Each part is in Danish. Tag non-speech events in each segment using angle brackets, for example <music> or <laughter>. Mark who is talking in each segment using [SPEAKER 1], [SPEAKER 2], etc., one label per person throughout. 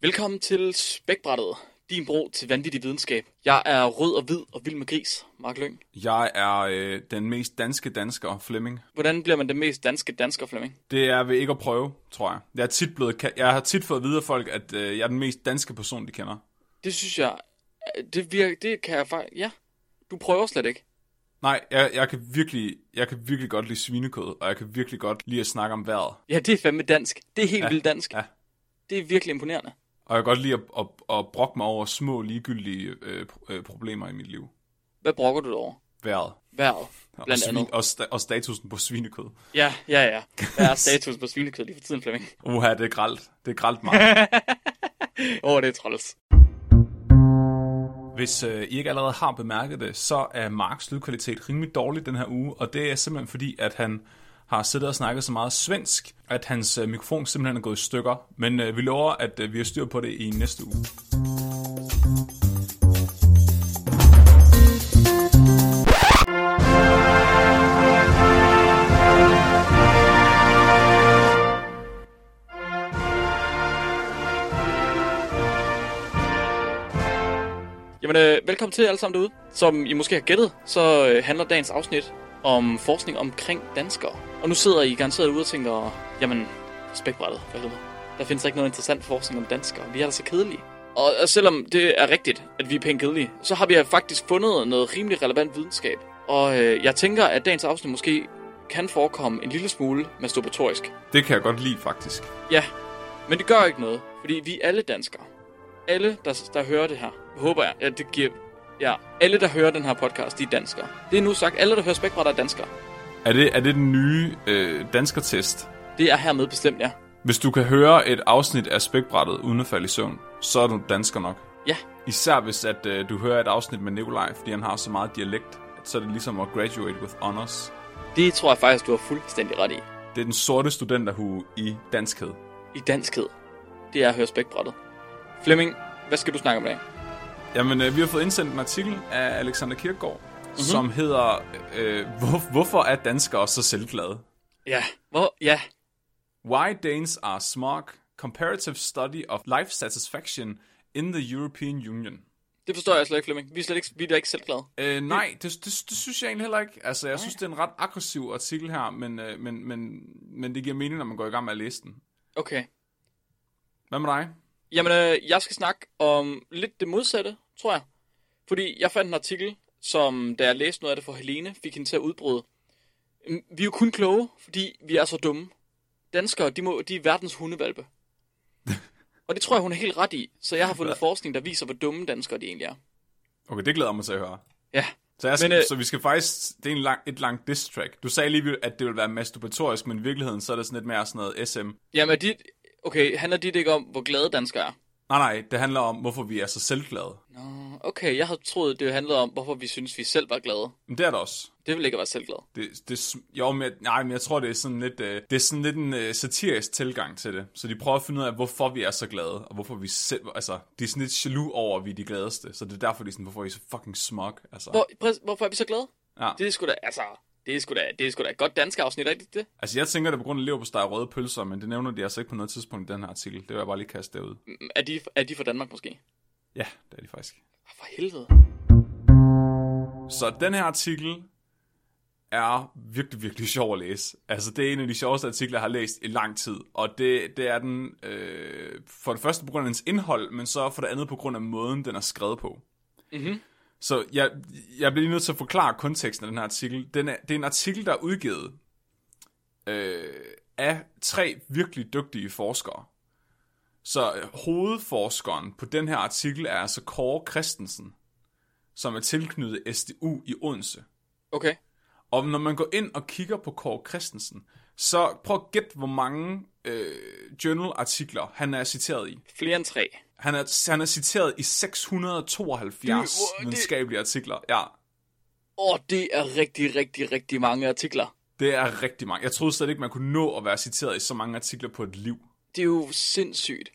[SPEAKER 1] Velkommen til Spækbrættet, din bro til vanvittig videnskab. Jeg er rød og hvid og vild med gris, Mark Lyng.
[SPEAKER 2] Jeg er øh, den mest danske dansker, Flemming.
[SPEAKER 1] Hvordan bliver man den mest danske dansker, Flemming?
[SPEAKER 2] Det er ved ikke at prøve, tror jeg. Jeg, er tit blevet, ka- jeg har tit fået at vide af folk, at øh, jeg er den mest danske person, de kender.
[SPEAKER 1] Det synes jeg, det, virker, det kan jeg faktisk, ja. Du prøver slet ikke.
[SPEAKER 2] Nej, jeg, jeg, kan virkelig, jeg kan virkelig godt lide svinekød, og jeg kan virkelig godt lide at snakke om vejret.
[SPEAKER 1] Ja, det er fandme dansk. Det er helt
[SPEAKER 2] Ja,
[SPEAKER 1] vildt dansk.
[SPEAKER 2] ja.
[SPEAKER 1] Det er virkelig imponerende.
[SPEAKER 2] Og jeg kan godt lide at, at, at brokke mig over små, ligegyldige øh, pro- øh, problemer i mit liv.
[SPEAKER 1] Hvad brokker du dig over?
[SPEAKER 2] Vejret.
[SPEAKER 1] Vejret,
[SPEAKER 2] Og,
[SPEAKER 1] blandt andet.
[SPEAKER 2] og, sta- og statusen på svinekød.
[SPEAKER 1] Ja, ja, ja. Hvad er status på svinekød lige for tiden, Flemming?
[SPEAKER 2] Uha, det er gralt. Det er gralt meget.
[SPEAKER 1] Åh, oh, det er træls.
[SPEAKER 2] Hvis øh, I ikke allerede har bemærket det, så er Marks lydkvalitet rimelig dårlig den her uge, og det er simpelthen fordi, at han har siddet og snakket så meget svensk, at hans øh, mikrofon simpelthen er gået i stykker. Men øh, vi lover, at øh, vi har styr på det i næste uge.
[SPEAKER 1] Jamen, øh, velkommen til alle sammen derude. Som I måske har gættet, så øh, handler dagens afsnit om forskning omkring danskere. Og nu sidder I garanteret ude og tænker, jamen, spækbrættet, for helvede. Der findes der ikke noget interessant forskning om danskere. Vi er da så kedelige. Og, og selvom det er rigtigt, at vi er pænt kedelige, så har vi faktisk fundet noget rimelig relevant videnskab. Og øh, jeg tænker, at dagens afsnit måske kan forekomme en lille smule masturbatorisk.
[SPEAKER 2] Det kan jeg godt lide, faktisk.
[SPEAKER 1] Ja, men det gør ikke noget, fordi vi er alle danskere. Alle, der, der hører det her, håber jeg, at det giver... Ja, alle, der hører den her podcast, de er danskere. Det er nu sagt, alle, der hører Spækbrætter, er danskere.
[SPEAKER 2] Er det, er det den nye øh, danskertest?
[SPEAKER 1] Det er hermed bestemt, ja.
[SPEAKER 2] Hvis du kan høre et afsnit af spækbrættet uden at falde i søvn, så er du dansker nok.
[SPEAKER 1] Ja,
[SPEAKER 2] Især hvis at øh, du hører et afsnit med Nikolaj, fordi han har så meget dialekt, at så er det ligesom at graduate with honors.
[SPEAKER 1] det tror jeg faktisk, du har fuldstændig ret i.
[SPEAKER 2] Det er den sorte studenterhue i danskhed.
[SPEAKER 1] I danskhed. Det er at høre Spækbrættet. Flemming, hvad skal du snakke om i dag?
[SPEAKER 2] Jamen, øh, vi har fået indsendt en artikel af Alexander Kirkegaard,
[SPEAKER 1] Mhm.
[SPEAKER 2] mm-hmm. som hedder, øh, hvor, hvorfor er danskere så selvglade?
[SPEAKER 1] Ja. Hvor? Ja.
[SPEAKER 2] Why Danes are smug, comparative study of life satisfaction in the European Union.
[SPEAKER 1] Det forstår jeg slet ikke, Flemming. Vi er slet ikke, vi er da ikke selv glade.
[SPEAKER 2] Øh, nej, det, det, det synes jeg egentlig heller ikke. Altså, jeg synes, det er en ret aggressiv artikel her, men, øh, men, men, men det giver mening, når man går i gang med at læse den.
[SPEAKER 1] Okay.
[SPEAKER 2] Hvad med dig?
[SPEAKER 1] Jamen, øh, jeg skal snakke om lidt det modsatte, tror jeg. Fordi jeg fandt en artikel, som da jeg læste noget af det for Helene, fik hende til at udbryde. "Mm, Vi er jo kun kloge, fordi vi er så dumme. Danskere, de, må, de er verdens hundevalpe. Og det tror jeg, hun er helt ret i. Så jeg har fundet forskning, der viser, hvor dumme danskere de egentlig er.
[SPEAKER 2] Okay, det glæder jeg mig til at høre.
[SPEAKER 1] Ja,
[SPEAKER 2] Så, jeg skal,
[SPEAKER 1] Men,
[SPEAKER 2] men,
[SPEAKER 1] øh,
[SPEAKER 2] øh, så vi skal faktisk, det er en lang, et langt diss track. Du sagde lige, at det ville være masturbatorisk, men i virkeligheden, så er det sådan lidt mere sådan noget SM.
[SPEAKER 1] jamen er dit... Okay, handler dit ikke om, hvor glade danskere er?
[SPEAKER 2] Nej, nej, det handler om, hvorfor vi er så selvglade.
[SPEAKER 1] Nå, okay, jeg havde troet, det handlede om, hvorfor vi synes, vi selv var glade.
[SPEAKER 2] Men det er det også.
[SPEAKER 1] Det vil ikke at være selvglade.
[SPEAKER 2] Det, det, sm- jo, men jeg, nej, men jeg tror, det er sådan lidt, øh, det er sådan lidt en øh, satirisk tilgang til det. Så de prøver at finde ud af, hvorfor vi er så glade, og hvorfor vi selv, altså, de er sådan lidt jaloux over, at vi er de gladeste. Så det er derfor, de er sådan, hvorfor er I så fucking smug, altså.
[SPEAKER 1] Hvor, præ- hvorfor er vi så glade?
[SPEAKER 2] Ja.
[SPEAKER 1] Det er sgu da, altså, det er sgu da, det er sgu da et godt dansk afsnit, er det ikke det?
[SPEAKER 2] Altså, jeg tænker, det er på grund af leverpostej og røde pølser, men det nævner de altså ikke på noget tidspunkt i den her artikel. Det vil jeg bare lige kaste derud.
[SPEAKER 1] Mm, Er de, er de fra Danmark måske?
[SPEAKER 2] Ja, det er de faktisk.
[SPEAKER 1] Ah, For helvede.
[SPEAKER 2] Så den her artikel er virkelig, virkelig <laughs> sjov at læse. Altså, det er en af de sjoveste artikler, jeg har læst i lang tid. Og det, det er den øh, for det første på grund af dens indhold, men så for det andet på grund af måden, den er skrevet på.
[SPEAKER 1] Mhm.
[SPEAKER 2] Så jeg, jeg bliver lige nødt til at forklare konteksten af den her artikel. Den er, det er en artikel, der er udgivet øh, af tre virkelig dygtige forskere. Så øh, hovedforskeren på den her artikel er altså Kåre Christensen, som er tilknyttet SDU i Odense.
[SPEAKER 1] Okay.
[SPEAKER 2] Og når man går ind og kigger på Kåre Christensen, så prøv at gætte, hvor mange øh, journalartikler han er citeret i.
[SPEAKER 1] Flere end tre.
[SPEAKER 2] Han er, han er citeret i 672
[SPEAKER 1] Det- wow, det-
[SPEAKER 2] videnskabelige artikler. Ja,
[SPEAKER 1] Åh, oh, det er rigtig, rigtig, rigtig mange artikler.
[SPEAKER 2] det er rigtig mange. Jeg troede slet ikke, man kunne nå at være citeret i så mange artikler på et liv.
[SPEAKER 1] Det er jo sindssygt.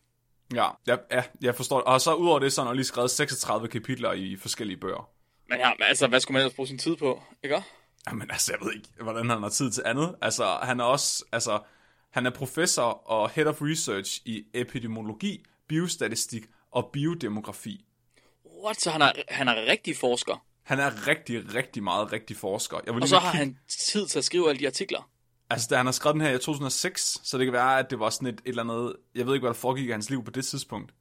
[SPEAKER 2] Ja, ja, ja jeg forstår det. Og så udover det, så har han lige skrevet 36 kapitler i forskellige bøger.
[SPEAKER 1] Men ja, men altså, hvad skulle man ellers bruge sin tid på, ikke?
[SPEAKER 2] Jamen altså, jeg ved ikke, hvordan han har tid til andet. Altså, han er også, altså, han er professor og head of research i epidemiologi, biostatistik og biodemografi.
[SPEAKER 1] What? Så han er, han er rigtig forsker.
[SPEAKER 2] Han er rigtig, rigtig meget rigtig forsker. Jeg vil
[SPEAKER 1] Og så har han tid til at skrive alle de artikler.
[SPEAKER 2] Altså, da han har skrevet den her i 2006, så det kan være, at det var sådan et, et eller andet... Jeg ved ikke, hvad der foregik i hans liv på det tidspunkt.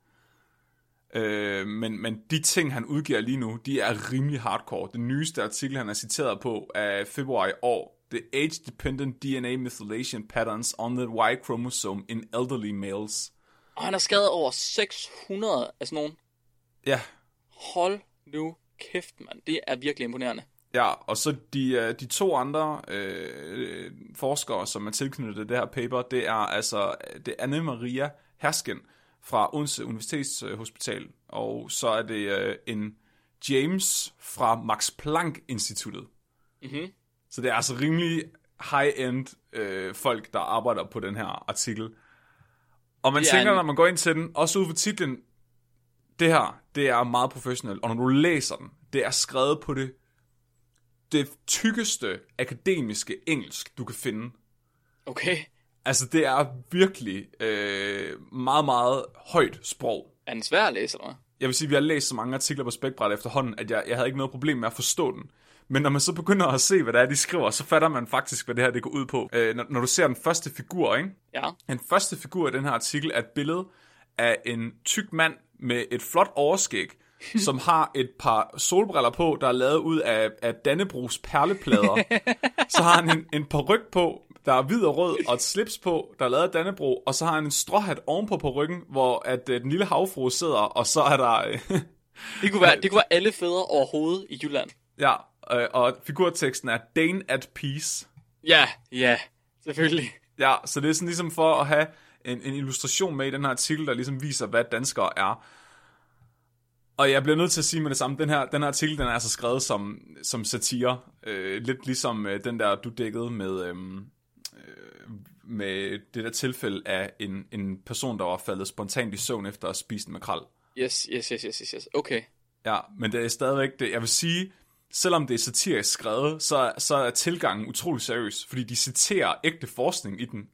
[SPEAKER 2] Øh, men, men de ting, han udgiver lige nu, de er rimelig hardcore. Den nyeste artikel, han er citeret på, er februar i år. The Age-Dependent DNA Methylation Patterns on the Y-Chromosome in Elderly Males.
[SPEAKER 1] Og han har skrevet over 600 af sådan nogen.
[SPEAKER 2] Ja,
[SPEAKER 1] Hold nu kæft, mand. Det er virkelig imponerende.
[SPEAKER 2] ja og så de, øh, de to andre øh, forskere, som er tilknyttet det her paper, det er altså det er Anne Maria Hersken fra Odense Universitetshospital, og så er det øh, en James fra Max Planck Instituttet.
[SPEAKER 1] Mhm.
[SPEAKER 2] Så det er altså rimelig high-end øh, folk, der arbejder på den her artikel. Og man
[SPEAKER 1] Det er
[SPEAKER 2] tænker,
[SPEAKER 1] en-
[SPEAKER 2] når man går ind til den, også ud fra titlen, det her, det er meget professionelt, og når du læser den, det er skrevet på det, det tykkeste akademiske engelsk, du kan finde.
[SPEAKER 1] Okay.
[SPEAKER 2] Altså, det er virkelig øh, meget, meget højt sprog.
[SPEAKER 1] Er den svær at læse, eller hvad?
[SPEAKER 2] Jeg vil sige, at vi har læst så mange artikler på spækbræt efterhånden, at jeg, jeg havde ikke noget problem med at forstå den. Men når man så begynder at se, hvad det er, de skriver, så fatter man faktisk, hvad det her det går ud på. Øh, når, når du ser den første figur, ikke?
[SPEAKER 1] Ja.
[SPEAKER 2] Den første figur i den her artikel er et billede af en tyk mand med et flot overskæg, som har et par solbriller på, der er lavet ud af, af Dannebrogs perleplader. så har han en, en peruk på, der er hvid og rød, og et slips på, der er lavet af Dannebro, og så har han en stråhat ovenpå på ryggen, hvor at, øh, den lille havfru sidder, og så er der... <laughs> øh,
[SPEAKER 1] Det kunne være, det kunne være alle fædre overhovedet i Jylland.
[SPEAKER 2] ja, øh, og figurteksten er Dane at Peace.
[SPEAKER 1] Ja, ja. Selvfølgelig.
[SPEAKER 2] Ja, så det er sådan ligesom for at have en, en illustration med i den her artikel, der ligesom viser, hvad danskere er. Og jeg bliver nødt til at sige med det samme, den her, den her artikel, den er altså skrevet som, som satire. Øh, lidt ligesom øh, den der, du dækkede med, øhm, øh, med det der tilfælde af en, en person, der var faldet spontant i søvn efter at spise en makrel.
[SPEAKER 1] Yes, yes, yes, yes, yes, yes. Okay.
[SPEAKER 2] Ja, men det er stadigvæk det. Jeg vil sige, selvom det er satirisk skrevet, så, så er tilgangen utrolig seriøs, fordi de citerer ægte forskning i den.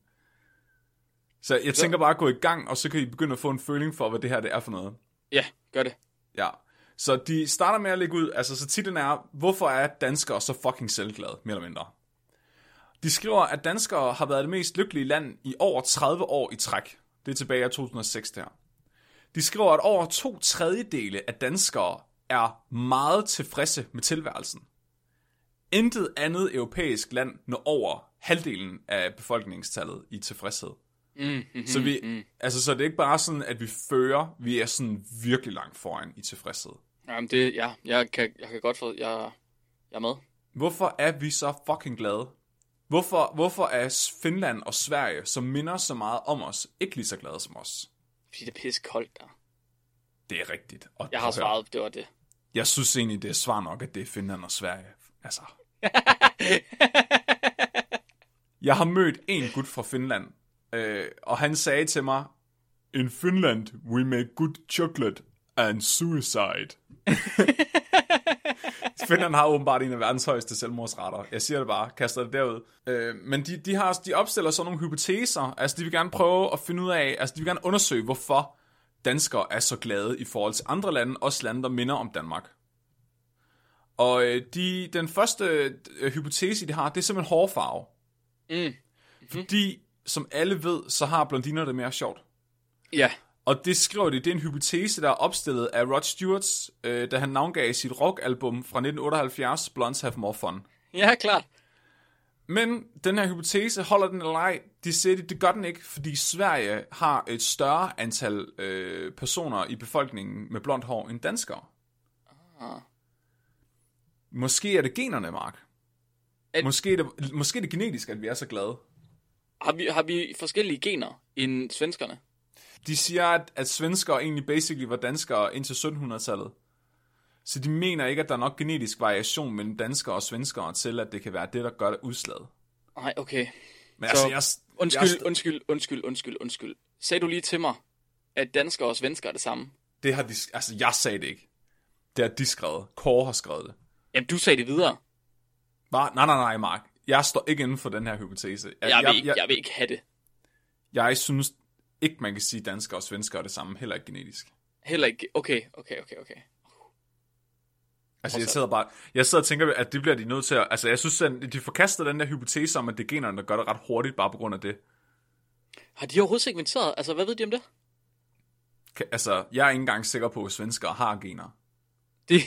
[SPEAKER 2] Så jeg tænker bare at gå i gang, og så kan I begynde at få en føling for, hvad det her det er for noget.
[SPEAKER 1] Ja, gør det.
[SPEAKER 2] Ja. Så de starter med at lægge ud, altså så titlen er, hvorfor er danskere så fucking selvglade, mere eller mindre. De skriver, at danskere har været det mest lykkelige land i over 30 år i træk. Det er tilbage i 2006 der. De skriver, at over to tredjedele af danskere er meget tilfredse med tilværelsen. Intet andet europæisk land når over halvdelen af befolkningstallet i tilfredshed.
[SPEAKER 1] Mm, mm,
[SPEAKER 2] Så, vi, mm. altså, så det er ikke bare sådan, at vi fører, vi er sådan virkelig langt foran i tilfredshed.
[SPEAKER 1] Jamen det, ja, jeg kan, jeg kan godt få, jeg, jeg er med.
[SPEAKER 2] Hvorfor er vi så fucking glade? Hvorfor, hvorfor er Finland og Sverige, som minder så meget om os, ikke lige så glade som os?
[SPEAKER 1] Fordi det er pisse koldt der.
[SPEAKER 2] Det er rigtigt. Og
[SPEAKER 1] Jeg har
[SPEAKER 2] prøv at høre,
[SPEAKER 1] svaret, det var det.
[SPEAKER 2] Jeg synes egentlig, det er svar nok, at det er Finland og Sverige. Altså. jeg har mødt en gut fra Finland, øh, og han sagde til mig, In Finland, we make good chocolate and suicide. Finland har åbenbart en af verdens højeste selvmordsrater. Jeg siger det bare, kaster det derud. Øh, men de, de, har, de opstiller sådan nogle hypoteser. Altså, de vil gerne prøve at finde ud af, altså, de vil gerne undersøge, hvorfor danskere er så glade i forhold til andre lande, også lande, der minder om Danmark. Og øh, de, den første øh, hypotese, de har, det er simpelthen hårfarve.
[SPEAKER 1] Mm.
[SPEAKER 2] Fordi, som alle ved, så har blondiner det mere sjovt.
[SPEAKER 1] Ja,
[SPEAKER 2] Og det skriver de, det er en hypotese, der er opstillet af Rod Stewart, øh, da han navngav sit rockalbum fra 1978, Blondes Have More Fun.
[SPEAKER 1] ja, klart.
[SPEAKER 2] Men den her hypotese, holder den eller ej? De siger, det, det gør den ikke, fordi Sverige har et større antal øh, personer i befolkningen med blondt hår end danskere.
[SPEAKER 1] Ah.
[SPEAKER 2] Måske er det generne, Mark.
[SPEAKER 1] At-
[SPEAKER 2] Måske, er det, måske er det genetisk, at vi er så glade.
[SPEAKER 1] Har vi, har vi forskellige gener end svenskerne?
[SPEAKER 2] De siger, at, at svenskere egentlig basically var danskere indtil 1700-tallet. Så de mener ikke, at der er nok genetisk variation mellem danskere og svenskere til, at det kan være det, der gør det udslaget.
[SPEAKER 1] Nej, okay.
[SPEAKER 2] Men
[SPEAKER 1] Så-
[SPEAKER 2] altså, jeg,
[SPEAKER 1] Undskyld,
[SPEAKER 2] jeg,
[SPEAKER 1] undskyld, undskyld, undskyld, undskyld. Sagde du lige til mig, at danskere og svensker er det samme?
[SPEAKER 2] det har de, altså, jeg sagde det ikke. Det har de skrevet. Kåre har skrevet det.
[SPEAKER 1] Jamen, du sagde det videre.
[SPEAKER 2] Bare, nej, nej, nej, Mark. Jeg står ikke inden for den her hypotese.
[SPEAKER 1] Jeg, jeg, vil, ikke, jeg vil ikke have det.
[SPEAKER 2] jeg synes, ikke, man kan sige, danskere og svenskere er det samme, heller ikke genetisk.
[SPEAKER 1] Heller ikke. Okay, okay, okay, okay.
[SPEAKER 2] Altså, jeg sidder bare, jeg sidder og tænker, at det bliver de nødt til at, altså, jeg synes, at de forkaster den der hypotese om, at det er generne, der gør det ret hurtigt, bare på grund af det.
[SPEAKER 1] Har de overhovedet segmenteret? Altså, hvad ved de om det?
[SPEAKER 2] Kan- Altså, jeg er ikke engang sikker på, at svenskere har gener.
[SPEAKER 1] det...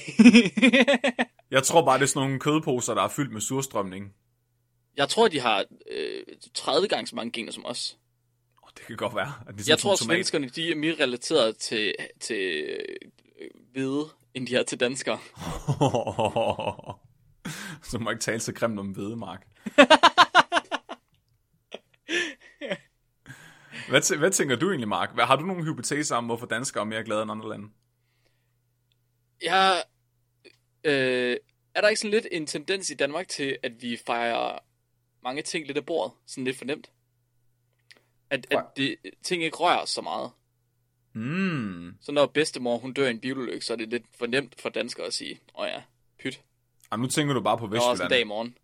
[SPEAKER 2] Jeg tror bare, det er sådan nogle kødposer, der er fyldt med surstrømning.
[SPEAKER 1] <laughs> jeg tror, de har øh, 30 gange så mange gener som os.
[SPEAKER 2] Oh, det kan godt være. At det er
[SPEAKER 1] Jeg
[SPEAKER 2] sådan
[SPEAKER 1] tror,
[SPEAKER 2] en tomat.
[SPEAKER 1] svenskerne de er mere relateret til, til øh, hvide, end de er til danskere.
[SPEAKER 2] <laughs> så må jeg ikke tale så grimt om
[SPEAKER 1] <laughs>
[SPEAKER 2] vedemark. hvad, tæ- hvad tænker du egentlig, Mark? Hvad, har du nogle hypoteser om, hvorfor danskere er mere glade end andre lande?
[SPEAKER 1] Jeg, øh, er der ikke sådan lidt en tendens i Danmark til, at vi fejrer mange ting lidt af bordet? Sådan lidt fornemt? At, at det, ting ikke rører os så meget.
[SPEAKER 2] Mm.
[SPEAKER 1] Så når bedstemor hun dør i en bilulykke, så er det lidt fornemt for danskere at sige, åh ja, pyt,
[SPEAKER 2] Og nu tænker du bare på
[SPEAKER 1] der er også en
[SPEAKER 2] Vestjylland.
[SPEAKER 1] dag i morgen.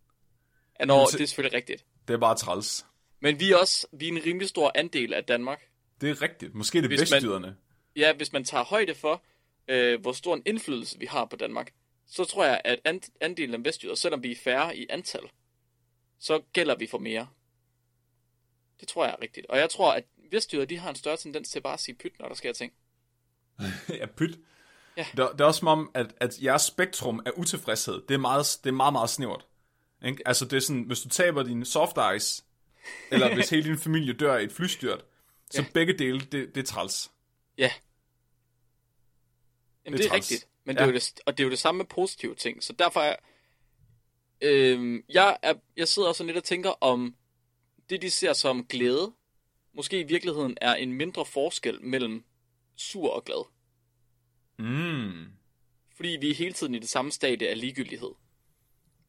[SPEAKER 1] Ja, når,
[SPEAKER 2] Jamen, så-
[SPEAKER 1] det er selvfølgelig rigtigt.
[SPEAKER 2] Det er bare træls.
[SPEAKER 1] Men vi er også vi er en rimelig stor andel af Danmark.
[SPEAKER 2] Det er rigtigt. Måske er det
[SPEAKER 1] Hvis man-
[SPEAKER 2] vestjyderne.
[SPEAKER 1] Ja, hvis man tager højde for, øh, hvor stor en indflydelse vi har på Danmark, så tror jeg, at and- andelen af vestjyder, selvom vi er færre i antal, så gælder vi for mere. Det tror jeg er rigtigt. Og jeg tror, at vestjyder, de har en større tendens til bare at sige pyt, når der sker ting.
[SPEAKER 2] <laughs> ja, pyt.
[SPEAKER 1] Ja.
[SPEAKER 2] Det, er- det er også som om, at, at jeres spektrum af utilfredshed, det er meget, det er meget, meget snævert. Ikke? Altså det er sådan, hvis du taber din soft
[SPEAKER 1] <laughs>
[SPEAKER 2] ice, eller hvis hele din familie dør i et flystyrt, så
[SPEAKER 1] Ja.
[SPEAKER 2] ja. begge dele, det, det er træls.
[SPEAKER 1] Ja. Jamen,
[SPEAKER 2] Det
[SPEAKER 1] det
[SPEAKER 2] er
[SPEAKER 1] er,
[SPEAKER 2] træls.
[SPEAKER 1] rigtigt. Men
[SPEAKER 2] Ja.
[SPEAKER 1] det er jo det, og det er jo det samme med positive ting. Så derfor er... Øh, jeg, er, jeg sidder også sådan lidt og tænker om, det de ser som glæde, måske i virkeligheden er en mindre forskel mellem sur og glad.
[SPEAKER 2] Mm.
[SPEAKER 1] Fordi vi er hele tiden i det samme stadie af ligegyldighed.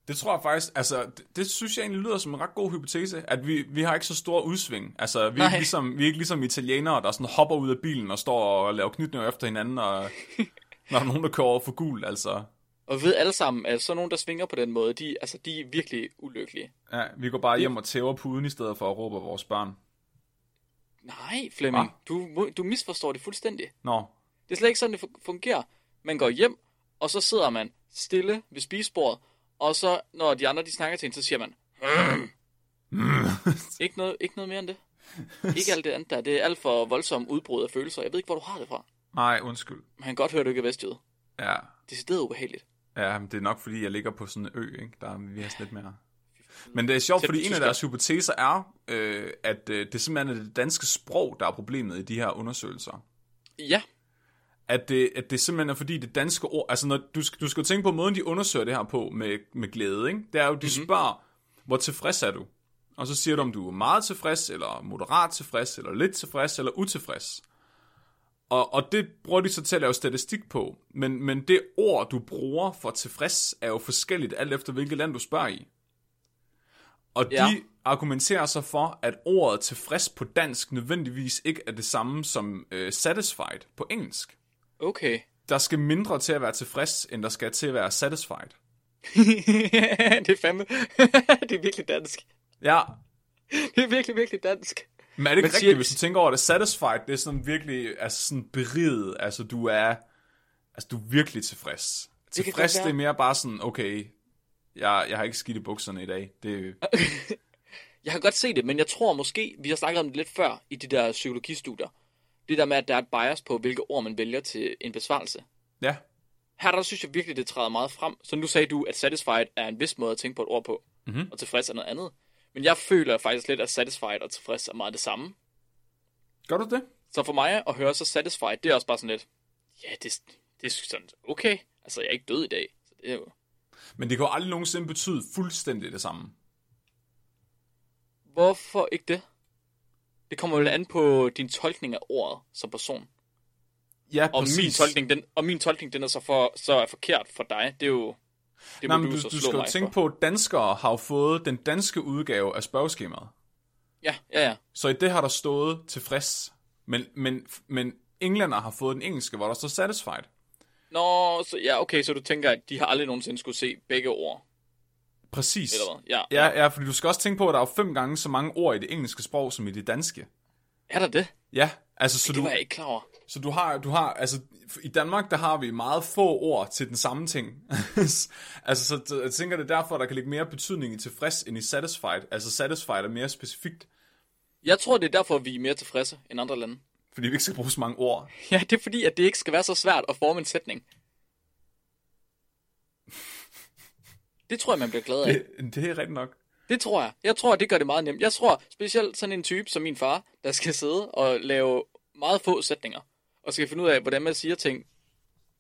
[SPEAKER 2] Det tror jeg faktisk, altså det, det synes jeg egentlig lyder som en ret god hypotese, at vi, vi har ikke så store udsving. Altså vi er, ikke
[SPEAKER 1] Nej.
[SPEAKER 2] ligesom, vi er ikke ligesom italienere, der sådan hopper ud af bilen og står og laver knytninger efter
[SPEAKER 1] <laughs>
[SPEAKER 2] hinanden, og når der er nogen, der kører over for gul, altså.
[SPEAKER 1] Og vi ved alle sammen, at sådan nogen, der svinger på den måde, de, altså, de er virkelig ulykkelige.
[SPEAKER 2] Ja, vi går bare hjem og tæver puden i stedet for at råbe af vores børn.
[SPEAKER 1] Nej, Flemming,
[SPEAKER 2] Hva?
[SPEAKER 1] du, må- du misforstår det fuldstændig.
[SPEAKER 2] Nå,
[SPEAKER 1] Det er slet ikke sådan, det fu- fungerer. Man går hjem, og så sidder man stille ved spisebordet, og så, når de andre de snakker til en, så siger man, ikke noget, ikke noget mere end det. Ikke alt det andet der. Det er alt for voldsomt udbrud af følelser. Jeg ved ikke, hvor du har det fra.
[SPEAKER 2] nej, undskyld.
[SPEAKER 1] Man kan godt høre, du ikke er vestjyde.
[SPEAKER 2] Ja,
[SPEAKER 1] Decideret ubehageligt.
[SPEAKER 2] ja, men det er nok fordi, jeg ligger på sådan en ø, ikke? Der er vi har sådan lidt mere... Men det er sjovt,
[SPEAKER 1] Tæt på
[SPEAKER 2] fordi en af
[SPEAKER 1] Tyskland.
[SPEAKER 2] deres hypoteser er, øh, at øh, det simpelthen er det danske sprog, der er problemet i de her undersøgelser.
[SPEAKER 1] Ja,
[SPEAKER 2] At det, at det simpelthen er fordi det danske ord... Altså, når, du, skal, du skal jo tænke på måden, de undersøger det her på med, med glæde, ikke? Det er jo, de mm-hmm. spørger, hvor tilfreds er du? Og så siger du, om du er meget tilfreds, eller moderat tilfreds, eller lidt tilfreds, eller utilfreds. Og, og det bruger de så til at lave statistik på. Men, men det ord, du bruger for tilfreds, er jo forskelligt, alt efter hvilket land du spørger i. Og ja.
[SPEAKER 1] Ja.
[SPEAKER 2] de argumenterer så for, at ordet tilfreds på dansk nødvendigvis ikke er det samme som øh, satisfied på engelsk.
[SPEAKER 1] okay.
[SPEAKER 2] Der skal mindre til at være tilfreds, end der skal til at være satisfied.
[SPEAKER 1] <laughs> det er fandme... <laughs> det er virkelig dansk.
[SPEAKER 2] Ja,
[SPEAKER 1] Det er virkelig, virkelig dansk.
[SPEAKER 2] men er det ikke
[SPEAKER 1] siger-
[SPEAKER 2] rigtigt, hvis du tænker over det? Satisfied, det er sådan virkelig altså sådan beriget. Altså du er, altså, du er virkelig tilfreds.
[SPEAKER 1] kan godt
[SPEAKER 2] Tilfreds, det,
[SPEAKER 1] være.
[SPEAKER 2] er mere bare sådan, okay, jeg, jeg har ikke skidt i bukserne i dag. Det,
[SPEAKER 1] Jeg kan godt se det, men jeg tror måske, vi har snakket om det lidt før i de der psykologistudier. Det der med, at der er et bias på, hvilke ord man vælger til en besvarelse.
[SPEAKER 2] ja,
[SPEAKER 1] Her der synes jeg virkelig, det træder meget frem. Så nu sagde du, at satisfied er en vis måde at tænke på et ord på,
[SPEAKER 2] Mhm.
[SPEAKER 1] og tilfreds er noget andet. Men jeg føler faktisk lidt, at satisfied og tilfreds er meget det samme.
[SPEAKER 2] gør du det?
[SPEAKER 1] Så for mig at høre så satisfied, det er også bare sådan lidt, ja, det, det er sådan, okay. Altså, jeg er ikke død i dag. Så det er jo...
[SPEAKER 2] Men det kan jo aldrig nogensinde betyde fuldstændig det samme.
[SPEAKER 1] Hvorfor ikke det? Det kommer vel an på din tolkning af ordet som person.
[SPEAKER 2] Ja,
[SPEAKER 1] Og min tolkning, den, og min tolkning, den er så, for, så er forkert for dig. Det er jo... Det
[SPEAKER 2] Nej,
[SPEAKER 1] må
[SPEAKER 2] men du,
[SPEAKER 1] så
[SPEAKER 2] du
[SPEAKER 1] slå
[SPEAKER 2] skal jo
[SPEAKER 1] mig
[SPEAKER 2] tænke
[SPEAKER 1] for.
[SPEAKER 2] på, at danskere har jo fået den danske udgave af spørgeskemaet.
[SPEAKER 1] Ja, ja, ja.
[SPEAKER 2] Så i det har der stået tilfreds. Men, men, men englænder har fået den engelske, hvor der står satisfied.
[SPEAKER 1] Nå, så, ja, okay, så du tænker, at de har aldrig nogensinde skulle se begge ord,
[SPEAKER 2] Præcis.
[SPEAKER 1] eller hvad? Ja.
[SPEAKER 2] Ja, ja, fordi du skal også tænke på, at der er jo fem gange så mange ord i det engelske sprog, som i det danske.
[SPEAKER 1] Er der det?
[SPEAKER 2] Ja, altså så
[SPEAKER 1] Det
[SPEAKER 2] du,
[SPEAKER 1] var jeg ikke klar over.
[SPEAKER 2] så du har, du har, altså i Danmark, der har vi meget få ord til den samme ting. <laughs> altså så t- jeg tænker, det er derfor, der kan ligge mere betydning i tilfreds end i satisfied. Altså satisfied er mere specifikt,
[SPEAKER 1] Jeg tror, det er derfor, vi er mere tilfredse end andre lande.
[SPEAKER 2] fordi vi ikke skal bruge så mange ord.
[SPEAKER 1] <laughs> Ja, det er fordi, at det ikke skal være så svært at forme en sætning. Det tror jeg, man bliver glad af.
[SPEAKER 2] Det, det er rigtigt nok.
[SPEAKER 1] Det tror jeg. Jeg tror, det gør det meget nemt. Jeg tror specielt sådan en type som min far, der skal sidde og lave meget få sætninger, og skal finde ud af, hvordan man siger ting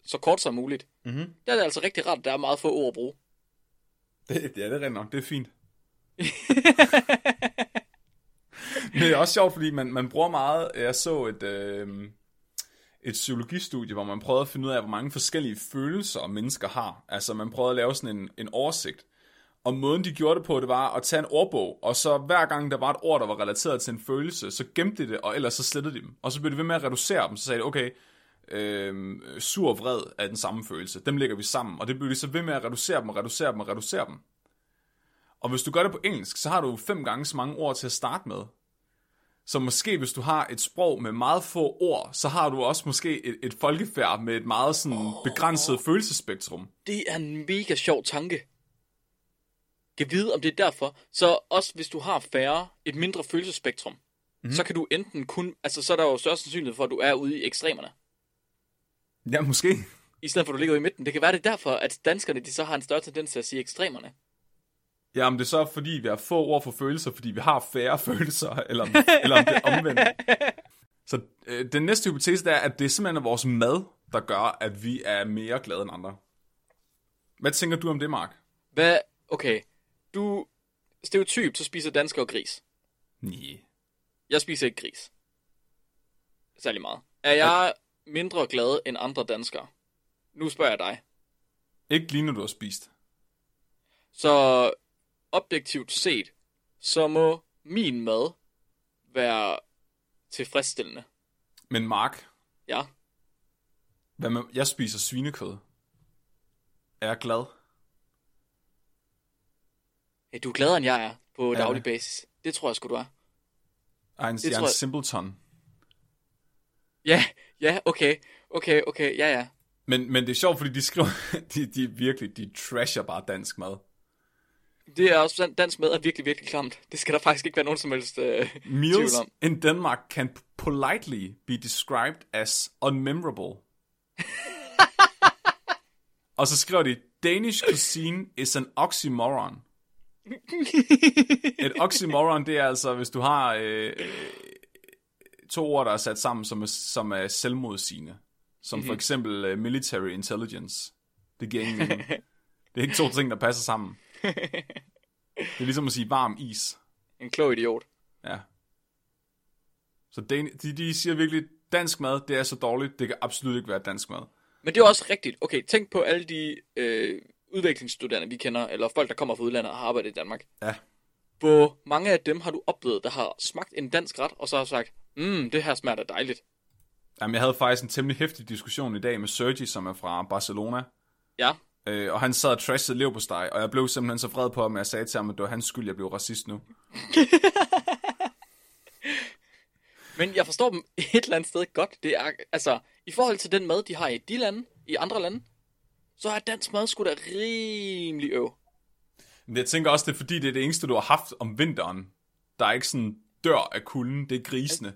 [SPEAKER 1] så kort som muligt.
[SPEAKER 2] Mhm.
[SPEAKER 1] Der er det altså rigtig rart, at der er meget få ord at bruge.
[SPEAKER 2] Det, ja, det er rigtigt nok. Det er fint. Men det er også sjovt, fordi man, man bruger meget... Jeg så et, øh, et psykologistudie, hvor man prøvede at finde ud af, hvor mange forskellige følelser mennesker har. Altså, man prøvede at lave sådan en, en oversigt. Og måden, de gjorde det på, det var at tage en ordbog, og så hver gang der var et ord, der var relateret til en følelse, så gemte de det, og ellers så slettede de dem. Og så blev de ved med at reducere dem, så sagde de, okay, øh, sur og vred er den samme følelse. Dem lægger vi sammen, og det bliver de så ved med at reducere dem, og reducere dem, og reducere dem. Og hvis du gør det på engelsk, så har du fem gange så mange ord til at starte med. Så måske hvis du har et sprog med meget få ord, så har du også måske et, et folkefærd med et meget sådan begrænset følelsespektrum.
[SPEAKER 1] Det er en mega sjov tanke. Kan vide, om det er derfor. Så også hvis du har færre, et mindre følelsespektrum, mm. så kan du enten kun... Altså, så er der jo større sandsynlighed for, at du er ude i ekstremerne.
[SPEAKER 2] Ja, måske.
[SPEAKER 1] I stedet for, at du ligger ude i midten. Det kan være, det er derfor, at danskerne de så har en større tendens til at sige ekstremerne.
[SPEAKER 2] Ja, om det er så er, fordi, vi har få ord for følelser, fordi vi har færre <laughs> følelser, eller, om- eller om det er omvendt. Så øh, den næste hypotese det er, at det simpelthen er vores mad, der gør, at vi er mere glade end andre. Hvad tænker du om det, Mark?
[SPEAKER 1] Hvad? Okay. Du... Stereotyp, så spiser danskere gris.
[SPEAKER 2] Nej.
[SPEAKER 1] Jeg spiser ikke gris. Særlig meget. Er jeg mindre glad end andre danskere? Nu spørger jeg dig.
[SPEAKER 2] Ikke lige når du har spist.
[SPEAKER 1] Så objektivt set, så må min mad være tilfredsstillende.
[SPEAKER 2] Men Mark,
[SPEAKER 1] Ja.
[SPEAKER 2] hvad med, jeg spiser svinekød. Er jeg glad?
[SPEAKER 1] Hey, du er gladere, end jeg er på
[SPEAKER 2] Ja.
[SPEAKER 1] daglig basis. Det tror jeg sgu, du er.
[SPEAKER 2] Ej, en, jeg er
[SPEAKER 1] tror
[SPEAKER 2] en
[SPEAKER 1] jeg-
[SPEAKER 2] simpleton.
[SPEAKER 1] Ja, ja, okay. Okay, okay, ja, ja.
[SPEAKER 2] Men, men det er sjovt, fordi de skriver, <laughs> de, de er virkelig, de trasher bare dansk mad.
[SPEAKER 1] Det er også sådan, dansk mad er virkelig, virkelig klamt. Det skal der faktisk ikke være nogen som helst øh,
[SPEAKER 2] Meals
[SPEAKER 1] tvivl om.
[SPEAKER 2] in Denmark can politely be described as
[SPEAKER 1] <laughs>
[SPEAKER 2] unmemorable. Og så skriver de, Danish cuisine is an oxymoron. Et oxymoron, det er altså, hvis du har øh, øh, to ord, der er sat sammen, som er, som er selvmodsigende. Som mm-hmm.
[SPEAKER 1] Mhm.
[SPEAKER 2] for eksempel øh, military intelligence. Det giver ingen
[SPEAKER 1] <laughs>
[SPEAKER 2] mening. Det er ikke to ting, der passer sammen. Det er ligesom at sige varm is. <laughs>
[SPEAKER 1] En klog idiot.
[SPEAKER 2] Ja. Så Dan- de, de siger virkelig, dansk mad, det er så dårligt, det kan absolut ikke være dansk mad.
[SPEAKER 1] Men det er også rigtigt. Okay, tænk på alle de øh, udvekslingsstuderende, vi kender, eller folk, der kommer fra udlandet og har arbejdet i Danmark.
[SPEAKER 2] Ja.
[SPEAKER 1] Hvor mange af dem har du oplevet, der har smagt en dansk ret, og så har sagt, mm, det her smager da dejligt.
[SPEAKER 2] Jamen, jeg havde faktisk en temmelig hæftig diskussion i dag med Sergi, som er fra Barcelona.
[SPEAKER 1] Ja,
[SPEAKER 2] Øh, og han sad og trashede leverpostej, og jeg blev simpelthen så vred på ham, at jeg sagde til ham, at det var hans skyld, jeg blev racist nu.
[SPEAKER 1] men jeg forstår dem <laughs> et eller andet sted godt. Det er, altså, i forhold til den mad, de har i de lande, i andre lande, så er dansk mad sgu da rimelig øv.
[SPEAKER 2] Men jeg tænker også, det er fordi, det er det eneste, du har haft om vinteren. Der er ikke sådan dør af kulden, det er grisene.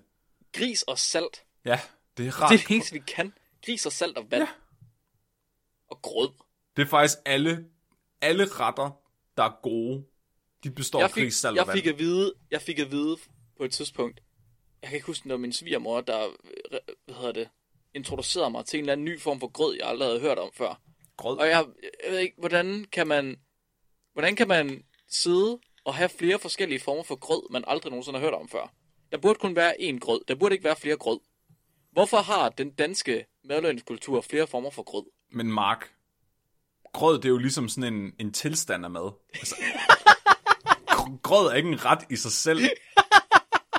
[SPEAKER 1] Gris og salt.
[SPEAKER 2] Ja, det er
[SPEAKER 1] Det
[SPEAKER 2] rart.
[SPEAKER 1] er det eneste, vi kan. Gris og salt og vand.
[SPEAKER 2] Ja.
[SPEAKER 1] Ja. Og grød.
[SPEAKER 2] Det er faktisk alle, alle retter, der er gode. De består
[SPEAKER 1] jeg
[SPEAKER 2] af
[SPEAKER 1] fik,
[SPEAKER 2] gris, salt
[SPEAKER 1] jeg
[SPEAKER 2] og vand.
[SPEAKER 1] fik at vide, jeg fik at vide på et tidspunkt, jeg kan ikke huske, når min svigermor, der, øh, hvad hedder det, introducerede mig til en eller anden ny form for grød, jeg aldrig havde hørt om før.
[SPEAKER 2] Grød.
[SPEAKER 1] Og jeg, jeg ved ikke, hvordan kan man, hvordan kan man sidde og have flere forskellige former for grød, man aldrig nogensinde har hørt om før? Der burde kun være én grød. Der burde ikke være flere grød. Hvorfor har den danske madlavningskultur flere former for grød?
[SPEAKER 2] Men Mark, grød det er jo ligesom sådan en, en tilstand af mad. Altså, gr- grød er ikke en ret i sig selv.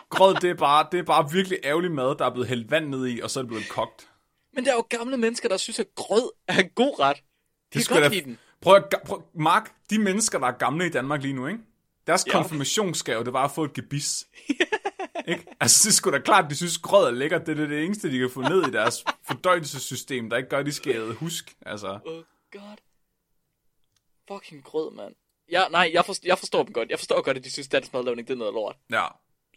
[SPEAKER 2] Grød, det er, bare, det er bare virkelig ærgerlig mad, der er blevet hældt vand ned i, og så er det blevet kogt.
[SPEAKER 1] Men der er jo gamle mennesker, der synes, at grød er en god ret. De
[SPEAKER 2] Det
[SPEAKER 1] kan
[SPEAKER 2] skulle
[SPEAKER 1] godt
[SPEAKER 2] da-
[SPEAKER 1] lide den.
[SPEAKER 2] Prøv at, ga- prøv, Mark, de mennesker, der er gamle i Danmark lige nu, ikke? Deres
[SPEAKER 1] Ja.
[SPEAKER 2] konfirmationsgave, det var at få et gebis. Ikke? Altså, det er sgu da klart, de synes, grød er lækkert. Det er det eneste, de kan få ned i deres fordøjelsessystem, der ikke gør, at de skal æde husk. Altså,
[SPEAKER 1] Oh god. Fucking grød, mand. Ja, nej, jeg forstår, jeg forstår dem godt. Jeg forstår godt, at de synes, dansk madlavning det er noget lort.
[SPEAKER 2] ja.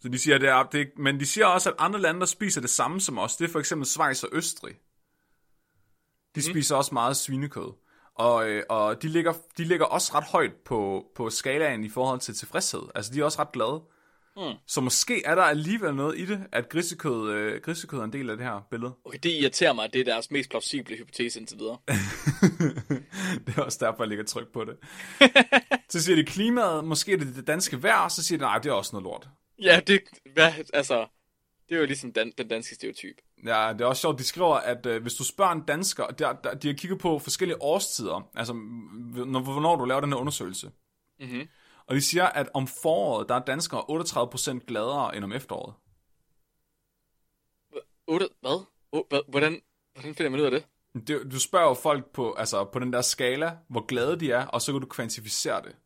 [SPEAKER 2] Så de siger, det er, det er, men de siger også, at andre lande, der spiser det samme som os, det er for eksempel Schweiz og Østrig. De spiser også meget svinekød. Og, øh, og de, ligger, de ligger også ret højt på, på skalaen i forhold til tilfredshed. Altså, de er også ret glade. Mm. Så måske er der alligevel noget i det, at grisekød, øh, grisekød er en del af det her billede.
[SPEAKER 1] Okay, det irriterer mig, at det er deres mest plausible hypotese indtil videre.
[SPEAKER 2] det er også derfor, jeg lægger tryk på det. så siger de klimaet, måske er det det danske vejr, og så siger de, nej, det er også noget lort.
[SPEAKER 1] <laughs> ja, det, hvad, altså, det er jo ligesom dan, den danske stereotyp.
[SPEAKER 2] Ja, det er også sjovt, de skriver, at øh, hvis du spørger en dansker, og der, der, de har kigget på forskellige årstider, altså hv- når, hvornår du laver den her undersøgelse.
[SPEAKER 1] Mhm.
[SPEAKER 2] Og de siger, at om foråret, der er danskere 38% gladere end om efteråret.
[SPEAKER 1] Otte, hvad? O, hvad? Hvordan, hvordan finder man ud af det?
[SPEAKER 2] Det, du spørger jo folk på, altså, på den der skala, hvor glade de er, og så kan du kvantificere det.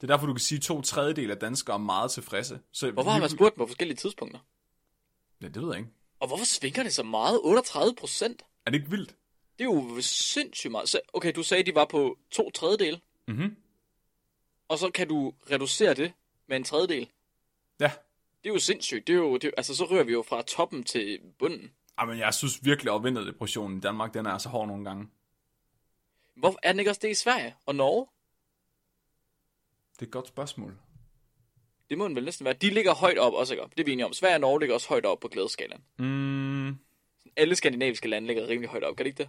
[SPEAKER 2] Det er derfor, du kan sige, at to tredjedel af danskere er meget tilfredse. Så
[SPEAKER 1] Hvorfor har man spurgt dem på forskellige tidspunkter?
[SPEAKER 2] Ja, det ved jeg ikke.
[SPEAKER 1] Og hvorfor svinger det så meget? 38 procent?
[SPEAKER 2] Er det ikke vildt?
[SPEAKER 1] Det er jo sindssygt meget. Så- Okay, du sagde, de var på to tredjedel,
[SPEAKER 2] Mhm.
[SPEAKER 1] og så kan du reducere det med en tredjedel.
[SPEAKER 2] Ja.
[SPEAKER 1] Det er jo sindssygt. Det er jo, det, er- altså, så rører vi jo fra toppen til bunden.
[SPEAKER 2] Ej, men jeg synes virkelig, at vinterdepressionen i Danmark, den er altså hård nogle gange.
[SPEAKER 1] Hvorfor er den ikke også det i Sverige og Norge?
[SPEAKER 2] Det er et godt spørgsmål.
[SPEAKER 1] Det må den vel næsten være. De ligger højt op også, ikke? Det er vi enige om. Sverige og Norge ligger også højt op på glædeskalaen.
[SPEAKER 2] Mm,
[SPEAKER 1] Alle skandinaviske lande ligger rimelig højt op, kan det ikke det?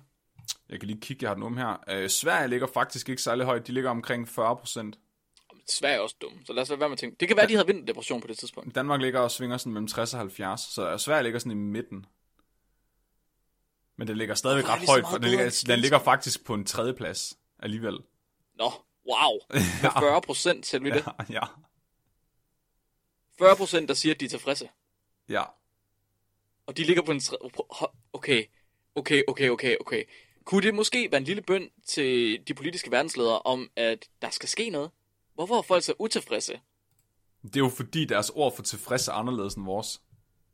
[SPEAKER 2] jeg kan lige kigge, jeg har den om her. Øh, Sverige ligger faktisk ikke særlig højt. De ligger omkring 40 procent.
[SPEAKER 1] Sverige er også dumme, så lad os lade være med at tænke. Det kan være, de havde vinterdepression på det tidspunkt.
[SPEAKER 2] Danmark ligger og svinger sådan mellem 60 og 70, så øh, Sverige ligger sådan i midten. Men den ligger stadigvæk
[SPEAKER 1] Hvorfor er
[SPEAKER 2] ret
[SPEAKER 1] vi så
[SPEAKER 2] højt,
[SPEAKER 1] meget
[SPEAKER 2] for den
[SPEAKER 1] bedre end
[SPEAKER 2] ligger, den
[SPEAKER 1] svenskerne?
[SPEAKER 2] ligger faktisk på en tredje plads alligevel.
[SPEAKER 1] Nå, wow. Med 40 procent, selv vi det.
[SPEAKER 2] ja,
[SPEAKER 1] 40 procent, der siger, at de er tilfredse.
[SPEAKER 2] ja.
[SPEAKER 1] Og de ligger på en... Tre... Okay, okay, okay, okay, okay. Kunne det måske være en lille bøn til de politiske verdensledere om, at der skal ske noget? Hvorfor er folk så utilfredse?
[SPEAKER 2] Det er jo fordi, deres ord for tilfreds er anderledes end vores.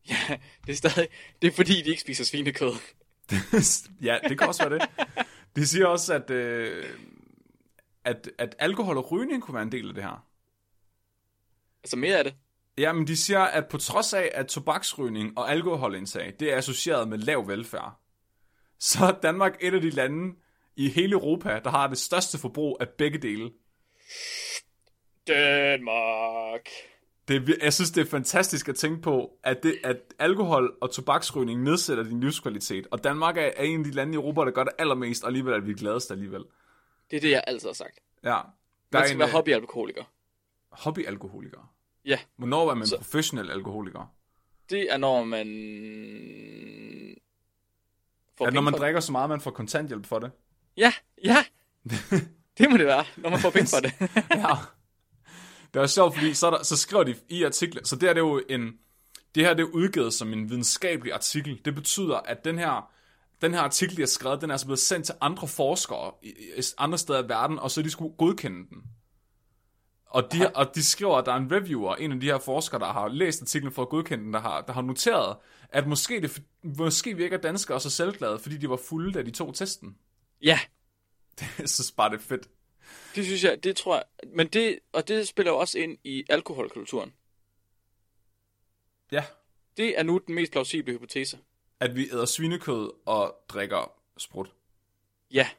[SPEAKER 1] Ja, det er stadig... Det er fordi, de ikke spiser svinekød.
[SPEAKER 2] ja, det kan også være det. De siger også, at, øh, at, at alkohol og rygning kunne være en del af det her.
[SPEAKER 1] Altså mere af det.
[SPEAKER 2] Jamen, de siger, at på trods af, at tobaksrygning og alkoholindtag, det er associeret med lav velfærd, så er Danmark et af de lande i hele Europa, der har det største forbrug af begge dele.
[SPEAKER 1] Danmark.
[SPEAKER 2] Det, er vir- jeg synes, det er fantastisk at tænke på, at, det, at alkohol og tobaksrygning nedsætter din livskvalitet, og Danmark er, er en af de lande i Europa, der gør det allermest, og alligevel er vi gladest alligevel.
[SPEAKER 1] Det er det, jeg altid har sagt.
[SPEAKER 2] Ja. Der
[SPEAKER 1] Man skal være
[SPEAKER 2] øh,
[SPEAKER 1] hobbyalkoholiker.
[SPEAKER 2] hobbyalkoholiker.
[SPEAKER 1] Ja,
[SPEAKER 2] Hvornår er man
[SPEAKER 1] Så-
[SPEAKER 2] så... professionel alkoholiker?
[SPEAKER 1] det er når man... Får
[SPEAKER 2] Er det,
[SPEAKER 1] penge
[SPEAKER 2] når man
[SPEAKER 1] for det.
[SPEAKER 2] drikker så meget, man får kontanthjælp for det?
[SPEAKER 1] Ja,
[SPEAKER 2] <laughs>
[SPEAKER 1] ja. det må det være, når man får penge for det.
[SPEAKER 2] ja. Det er også sjovt, fordi så, er der, så skriver de i artikler, så det her det er jo en, det her det er udgivet som en videnskabelig artikel. Det betyder, at den her, den her artikel, de har skrevet, den er altså blevet sendt til andre forskere i, i, andre steder i verden, og så er de skulle godkende den. Og de, og de skriver, at der er en reviewer, en af de her forskere, der har læst artiklen for at godkende den, der har, der har noteret, at måske, det, måske virker danskere så selvglade, fordi de var fulde, da de tog testen. <laughs>
[SPEAKER 1] ja,
[SPEAKER 2] Jeg synes bare, det er fedt.
[SPEAKER 1] det synes jeg, det tror jeg. Men det, og det spiller jo også ind i alkoholkulturen.
[SPEAKER 2] Ja,
[SPEAKER 1] Det er nu den mest plausible hypotese.
[SPEAKER 2] at vi æder svinekød og drikker sprut.
[SPEAKER 1] Ja,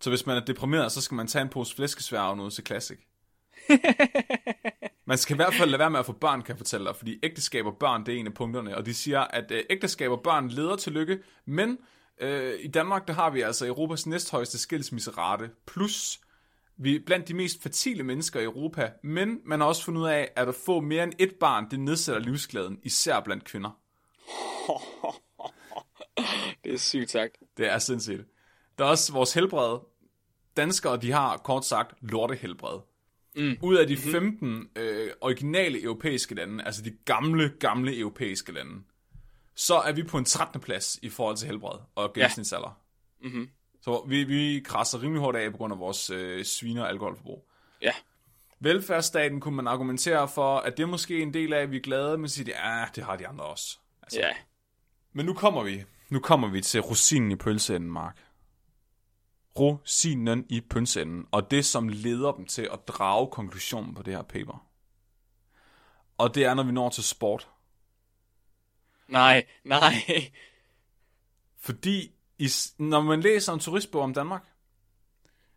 [SPEAKER 2] Så hvis man er deprimeret, så skal man tage en pose flæskesvær og noget til Classic. man skal i hvert fald lade være med at få børn, kan jeg fortælle dig, fordi ægteskaber børn, det er en af punkterne, og de siger, at øh, ægteskaber børn leder til lykke, men øh, i Danmark, der har vi altså Europas næsthøjeste skilsmisserate, plus vi er blandt de mest fertile mennesker i Europa, men man har også fundet ud af, at at få mere end et barn, det nedsætter livsglæden, især blandt kvinder.
[SPEAKER 1] det er sygt sagt.
[SPEAKER 2] Det er sindssygt. Der er også vores helbred. Danskere, de har kort sagt lortehelbred. Mm. Ud af de 15 øh, originale europæiske lande, altså de gamle, gamle europæiske lande, så er vi på en 13. plads i forhold til helbred og gennemsnitsalder. Mm-hmm. Så vi, vi krasser rimelig hårdt af på grund af vores øh, sviner- og alkoholforbrug.
[SPEAKER 1] Ja.
[SPEAKER 2] Velfærdsstaten kunne man argumentere for, at det er måske en del af, at vi er glade, men siger de, ja, det har de andre også. Altså.
[SPEAKER 1] Ja.
[SPEAKER 2] Men nu kommer vi. Nu kommer vi til rosinen i pølseenden, Mark. Rosinen i pølseenden, og det, som leder dem til at drage konklusionen på det her paper. Og det er, når vi når til sport.
[SPEAKER 1] Nej, nej.
[SPEAKER 2] Fordi i, s- når man læser en turistbog om Danmark,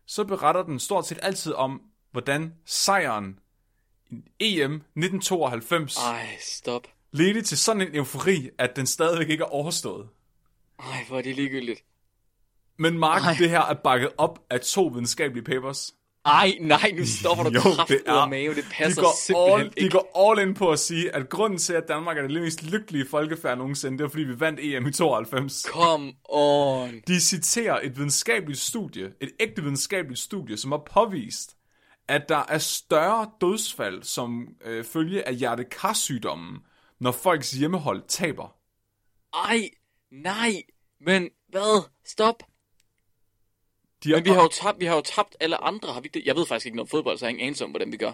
[SPEAKER 2] så beretter den stort set altid om, hvordan sejren i E EM 1992
[SPEAKER 1] Ej, stop.
[SPEAKER 2] ledte til sådan en eufori, at den stadigvæk ikke er overstået.
[SPEAKER 1] Ej, hvor er det ligegyldigt.
[SPEAKER 2] Men Mark,
[SPEAKER 1] Nej.
[SPEAKER 2] det her er bakket op af to videnskabelige papers.
[SPEAKER 1] Ej, nej, nu stopper du
[SPEAKER 2] Jo,
[SPEAKER 1] kraftigt
[SPEAKER 2] det er.
[SPEAKER 1] af mave. Det
[SPEAKER 2] De
[SPEAKER 1] passer
[SPEAKER 2] går,
[SPEAKER 1] simpelthen
[SPEAKER 2] all, de
[SPEAKER 1] ikke.
[SPEAKER 2] går all in på at sige, at grunden til, at Danmark er det mest lykkelige folkefærd nogensinde, det er, fordi vi vandt EM i 92.
[SPEAKER 1] Come on.
[SPEAKER 2] De citerer et videnskabeligt studie, et ægte videnskabeligt studie, som har påvist, at der er større dødsfald som øh, følge af hjertekarsygdommen, når folks hjemmehold taber.
[SPEAKER 1] Ej, nej. Men hvad? Stop.
[SPEAKER 2] De
[SPEAKER 1] Men vi har jo tabt, vi har jo tabt alle andre. Har vi ikke det? Jeg ved faktisk ikke noget om fodbold, så jeg har ingen anelse om, hvordan vi gør.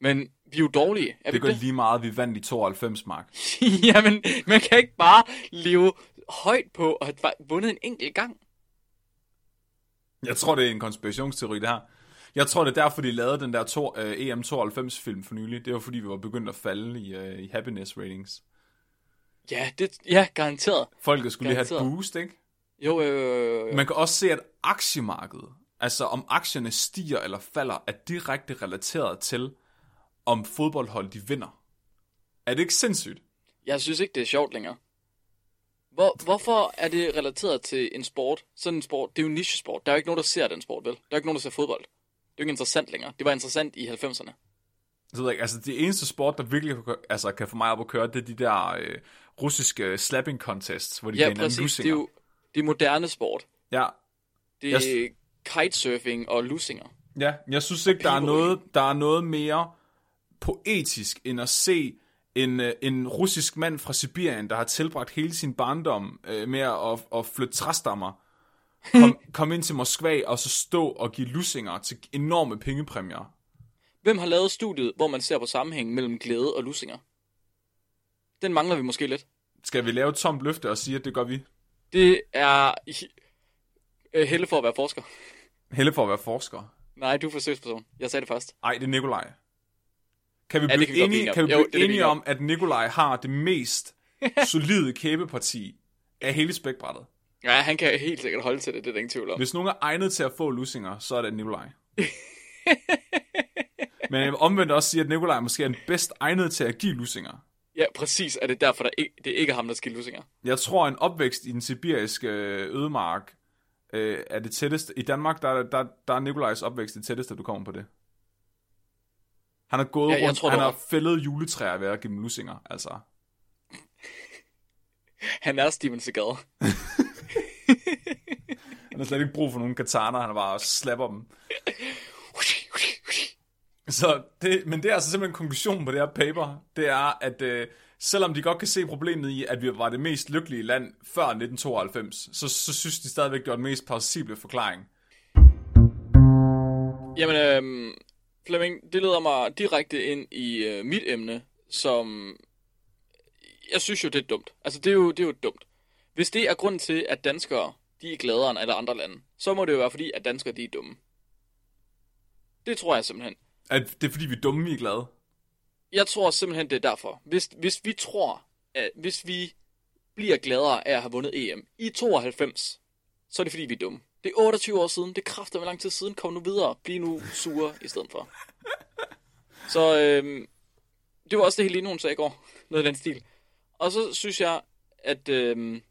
[SPEAKER 1] Men vi er jo dårlige. Er vi
[SPEAKER 2] det
[SPEAKER 1] ikke
[SPEAKER 2] går
[SPEAKER 1] det?
[SPEAKER 2] lige meget, vi vandt i 92, Mark.
[SPEAKER 1] <laughs> Jamen, man kan ikke bare leve højt på at have vundet en enkelt gang.
[SPEAKER 2] Jeg tror, det er en konspirationsteori, det her. Jeg tror, det er derfor, de lavede den der to, øh, EM92-film for nylig. Det var, fordi vi var begyndt at falde i, øh, i happiness ratings.
[SPEAKER 1] Ja, det, ja garanteret.
[SPEAKER 2] Folket skulle lige have et
[SPEAKER 1] Garanteret.
[SPEAKER 2] boost, ikke?
[SPEAKER 1] Jo, øh, jo, jo, jo, jo.
[SPEAKER 2] Man kan også se, at aktiemarkedet, altså om aktierne stiger eller falder, er direkte relateret til, om fodboldhold de vinder. Er det ikke sindssygt?
[SPEAKER 1] Jeg synes ikke, det er sjovt længere. Hvor, hvorfor er det relateret til en sport? Sådan en sport, det er jo en nichesport. Der er jo ikke nogen, der ser den sport, vel? Der er ikke nogen, der ser fodbold. Det er jo ikke interessant længere. Det var interessant i 90'erne.
[SPEAKER 2] Det ved jeg ikke. Altså, det eneste sport, der virkelig kan- altså, kan få mig op at køre, det er de der øh, russiske slapping contests, hvor de
[SPEAKER 1] Ja,
[SPEAKER 2] kan hinanden
[SPEAKER 1] præcis. Det er
[SPEAKER 2] lusinger.
[SPEAKER 1] jo det er moderne sport.
[SPEAKER 2] Ja,
[SPEAKER 1] Det
[SPEAKER 2] Jeg
[SPEAKER 1] er kitesurfing og lusinger.
[SPEAKER 2] Ja, jeg synes ikke, der er,
[SPEAKER 1] Peberi.
[SPEAKER 2] noget, der er noget mere poetisk, end at se en, øh, en russisk mand fra Sibirien, der har tilbragt hele sin barndom øh, med at, at flytte
[SPEAKER 1] <laughs>
[SPEAKER 2] træstammer, kom, kom ind til Moskva og så stå og give lussinger til enorme pengepræmier.
[SPEAKER 1] Hvem har lavet studiet, hvor man ser på sammenhængen mellem glæde og lusinger? Den mangler vi måske lidt.
[SPEAKER 2] Skal vi lave et tomt løfte og sige, at det gør vi?
[SPEAKER 1] Det er øh, helle for at være forsker.
[SPEAKER 2] Helle for at være forsker.
[SPEAKER 1] Nej, du er forsøgsperson. Jeg sagde det først.
[SPEAKER 2] Ej, det er Nikolaj. Kan vi
[SPEAKER 1] Ja, det
[SPEAKER 2] blive
[SPEAKER 1] kan vi godt blive enige om.
[SPEAKER 2] enige, kan vi
[SPEAKER 1] Jo,
[SPEAKER 2] blive
[SPEAKER 1] det er det, vi
[SPEAKER 2] enige
[SPEAKER 1] gør.
[SPEAKER 2] om, at Nikolaj har det
[SPEAKER 1] <laughs>
[SPEAKER 2] mest solide kæbeparti af hele spækbrættet?
[SPEAKER 1] Ja, han kan helt sikkert holde til det, det er der ingen tvivl om.
[SPEAKER 2] Hvis nogen er egnet til at få lusinger, så er det
[SPEAKER 1] <laughs>
[SPEAKER 2] Nikolaj. Men jeg vil omvendt også sige, at Nikolaj måske er den bedst egnet til at give lusinger.
[SPEAKER 1] Ja, præcis er det derfor, der ikke, det er ikke ham, der skal lusinger.
[SPEAKER 2] Jeg tror, en opvækst i den sibiriske øh, ødemark øh, er det tætteste. I Danmark, der, er- der, der er Nikolajs opvækst det tætteste, du kommer på det. Han har gået
[SPEAKER 1] Ja, jeg
[SPEAKER 2] rundt,
[SPEAKER 1] tror,
[SPEAKER 2] han
[SPEAKER 1] du har
[SPEAKER 2] har fældet juletræer ved at give dem lusinger, altså.
[SPEAKER 1] Han er Steven Seagal.
[SPEAKER 2] Han har slet ikke brug for nogen kataner, han bare slapper dem. Så det, men det er altså simpelthen konklusionen på det her paper, det er, at øh, selvom de godt kan se problemet i, at vi var det mest lykkelige land før 1992, så, så synes de stadigvæk, det var den mest plausible forklaring.
[SPEAKER 1] Jamen, øhm, Flemming, det leder mig direkte ind i øh, mit emne, som... Jeg synes jo, det er dumt. Altså, det er jo, det er jo dumt. Hvis det er grunden til, at danskere, de er gladere end alle andre lande, så må det jo være fordi, at danskere, de er dumme. Det tror jeg simpelthen.
[SPEAKER 2] At det er fordi, vi er dumme, vi er glade.
[SPEAKER 1] Jeg tror simpelthen, det er derfor. Hvis, hvis vi tror, at hvis vi bliver gladere af at have vundet EM i 92, så er det fordi, vi er dumme. Det er 28 år siden. Det kræfter med lang tid siden. Kom nu videre. Bliv nu sure i stedet for. Så øhm, det var også det, Helene hun sagde i går. Noget i den stil. Og så synes jeg, at, øhm,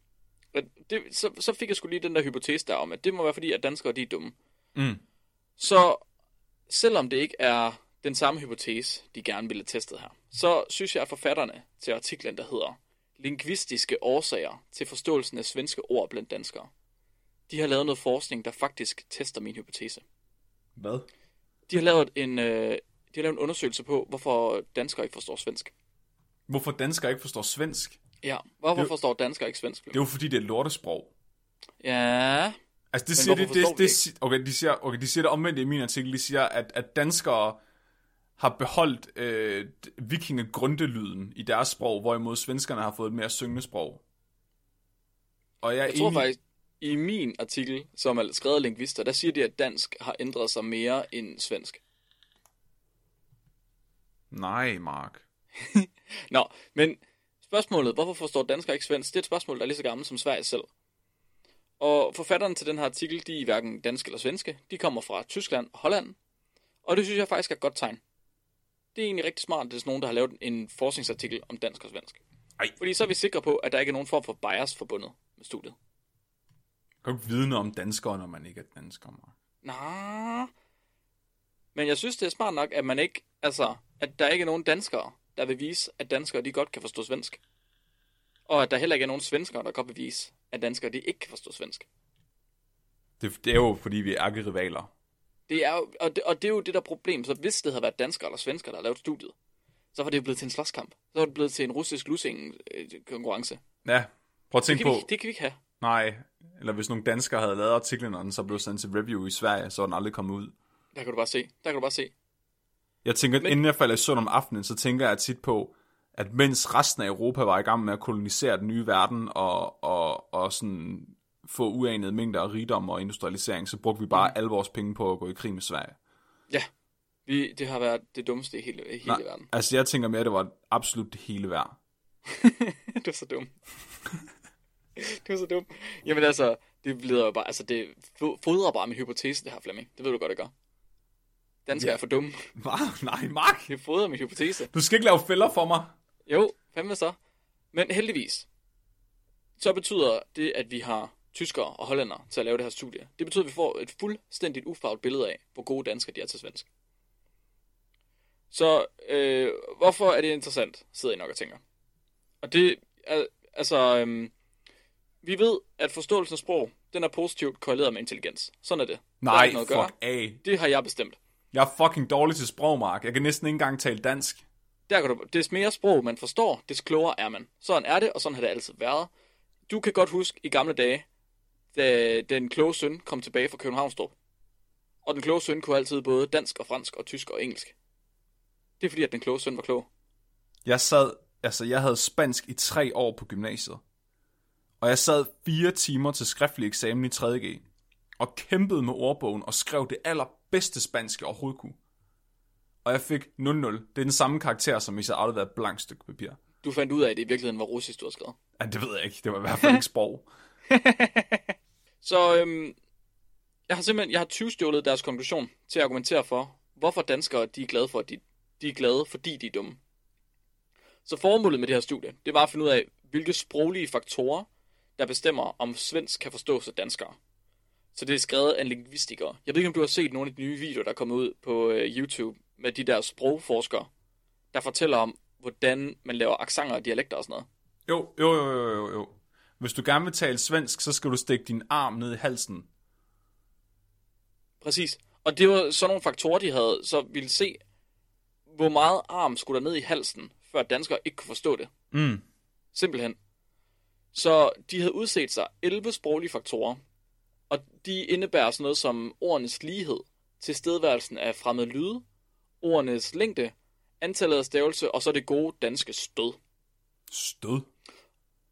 [SPEAKER 1] at det, så, så fik jeg sgu lige den der hypotese der om, at det må være fordi, at danskere de er dumme.
[SPEAKER 2] Mm.
[SPEAKER 1] Så selvom det ikke er den samme hypotese, de gerne ville have testet her, så synes jeg, at forfatterne til artiklen, der hedder Lingvistiske årsager til forståelsen af svenske ord blandt danskere, de har lavet noget forskning, der faktisk tester min hypotese.
[SPEAKER 2] Hvad?
[SPEAKER 1] De har lavet en, øh, de har lavet en undersøgelse på, hvorfor danskere ikke forstår svensk.
[SPEAKER 2] Hvorfor danskere ikke forstår svensk?
[SPEAKER 1] Ja, hvorfor
[SPEAKER 2] Det-
[SPEAKER 1] det... forstår danskere ikke svensk?
[SPEAKER 2] Det er jo fordi, det er et lortesprog.
[SPEAKER 1] Ja,
[SPEAKER 2] Altså, det siger de,
[SPEAKER 1] hvorfor
[SPEAKER 2] det,
[SPEAKER 1] forstår
[SPEAKER 2] det,
[SPEAKER 1] vi det
[SPEAKER 2] si- okay, de siger, okay, de siger det omvendt i min artikel. De siger, at, at danskere har beholdt øh, vikingegrundelyden i deres sprog, hvorimod svenskerne har fået et mere syngende sprog. Og jeg er
[SPEAKER 1] Jeg tror
[SPEAKER 2] enig,
[SPEAKER 1] faktisk, i min artikel, som er skrevet af lingvister, der siger de, at dansk har ændret sig mere end svensk.
[SPEAKER 2] Nej, Mark.
[SPEAKER 1] Nå, men spørgsmålet, hvorfor forstår danskere ikke svensk, det er et spørgsmål, der er lige så gammelt som Sverige selv. Og forfatteren til den her artikel, de er hverken danske eller svenske. De kommer fra Tyskland og Holland. Og det synes jeg faktisk er et godt tegn. Det er egentlig rigtig smart, at der er nogen, der har lavet en forskningsartikel om dansk og svensk.
[SPEAKER 2] Ej.
[SPEAKER 1] Fordi så er vi sikre på, at der ikke er nogen form for bias forbundet med studiet.
[SPEAKER 2] Man kan jo ikke vide noget om danskere, når man ikke er dansker, Mark.
[SPEAKER 1] Nå. Men jeg synes, det er smart nok, at man ikke, altså, at der ikke er nogen danskere, der vil vise, at danskere de godt kan forstå svensk. Og at der heller ikke er nogen svenskere, der godt vil vise, at danskere de ikke kan forstå svensk.
[SPEAKER 2] Det, det er jo, fordi vi er ærkerivaler.
[SPEAKER 1] Det er jo, og, det, og det er jo det der problem. Så hvis det havde været danskere eller svenskere, der havde lavet studiet, så var det jo blevet til en slåskamp. Så var det blevet til en russisk lussing øh, konkurrence.
[SPEAKER 2] Ja, prøv at
[SPEAKER 1] Det
[SPEAKER 2] tænke
[SPEAKER 1] kan,
[SPEAKER 2] på...
[SPEAKER 1] vi, det kan vi ikke have.
[SPEAKER 2] Nej, eller hvis nogle danskere havde lavet artiklen, og den så blev sendt til review i Sverige, så var den aldrig kommet ud.
[SPEAKER 1] Der kan du bare se. Der kan du bare se.
[SPEAKER 2] Jeg tænker, Men... inden jeg falder i søvn om aftenen, så tænker jeg tit på, at mens resten af Europa var i gang med at kolonisere den nye verden, og, og, og sådan få uanede mængder af rigdom og industrialisering, så brugte vi
[SPEAKER 1] Mm.
[SPEAKER 2] bare alle vores penge på at gå i krig med Sverige.
[SPEAKER 1] Ja. Vi, det har været det dummeste i hele, i hele
[SPEAKER 2] Nej,
[SPEAKER 1] verden.
[SPEAKER 2] altså jeg tænker mere, at det var absolut det hele værd.
[SPEAKER 1] <laughs> du er så dum. du er så dum. Jamen altså, det bliver jo bare, altså det fo- fodrer bare min hypotese, det her Flemming. Det ved du godt, det gør. Danskere
[SPEAKER 2] Ja.
[SPEAKER 1] er for dumme.
[SPEAKER 2] Hvad? Nej, Mark!
[SPEAKER 1] Det fodrer min hypotese.
[SPEAKER 2] Du skal ikke lave fælder for mig.
[SPEAKER 1] Jo, fandme så. Men heldigvis, så betyder det, at vi har tyskere og hollænder til at lave det her studie. Det betyder, at vi får et fuldstændigt ufarvet billede af, hvor gode danskere de er til svensk. Så øh, hvorfor er det interessant, sidder I nok og tænker. Og det er, altså, øhm, vi ved, at forståelsen af sprog, den er positivt korreleret med intelligens. Sådan er det. Der er
[SPEAKER 2] Nej,
[SPEAKER 1] ikke noget at gøre.
[SPEAKER 2] fuck af.
[SPEAKER 1] Det har jeg bestemt.
[SPEAKER 2] Jeg er fucking dårlig til sprog, Mark. Jeg kan næsten ikke engang tale dansk.
[SPEAKER 1] Der kan du, des mere sprog man forstår, des klogere er man. Sådan er det, og sådan har det altid været. Du kan godt huske i gamle dage, da den kloge søn kom tilbage fra Københavnstrup. Og den kloge søn kunne altid både dansk og fransk og tysk og engelsk. Det er fordi, at den kloge søn var klog.
[SPEAKER 2] Jeg sad, altså jeg havde spansk i tre år på gymnasiet. Og jeg sad fire timer til skriftlig eksamen i 3.G. Og kæmpede med ordbogen og skrev det allerbedste spansk, jeg overhovedet kunne. Og jeg fik 00. Det er den samme karakter, som hvis jeg aldrig havde været et blankt stykke papir.
[SPEAKER 1] Du fandt ud af, at det i virkeligheden var russisk, du havde skrevet.
[SPEAKER 2] Ja, det ved jeg ikke. Det var i hvert fald
[SPEAKER 1] <laughs>
[SPEAKER 2] ikke sprog.
[SPEAKER 1] Så øhm, jeg har simpelthen jeg har tyvstjålet deres konklusion til at argumentere for, hvorfor danskere de er glade for, at de, de er glade, fordi de er dumme. Så formålet med det her studie, det var at finde ud af, hvilke sproglige faktorer, der bestemmer, om svensk kan forstås af danskere. Så det er skrevet af en lingvistiker. Jeg ved ikke, om du har set nogle af de nye videoer, der er kommet ud på øh, YouTube med de der sprogforskere, der fortæller om, hvordan man laver accenter og dialekter og sådan noget.
[SPEAKER 2] Jo, jo, jo, jo, jo, jo. Hvis du gerne vil tale svensk, så skal du stikke din arm ned i halsen.
[SPEAKER 1] Præcis. Og det var sådan nogle faktorer, de havde, så ville se, hvor meget arm skulle der ned i halsen, før danskere ikke kunne forstå det.
[SPEAKER 2] Mm.
[SPEAKER 1] Simpelthen. Så de havde udset sig 11 sproglige faktorer, og de indebærer sådan noget som ordenes lighed, tilstedeværelsen af fremmede lyde, ordenes længde, antallet af stavelse, og så det gode danske stød.
[SPEAKER 2] Stød.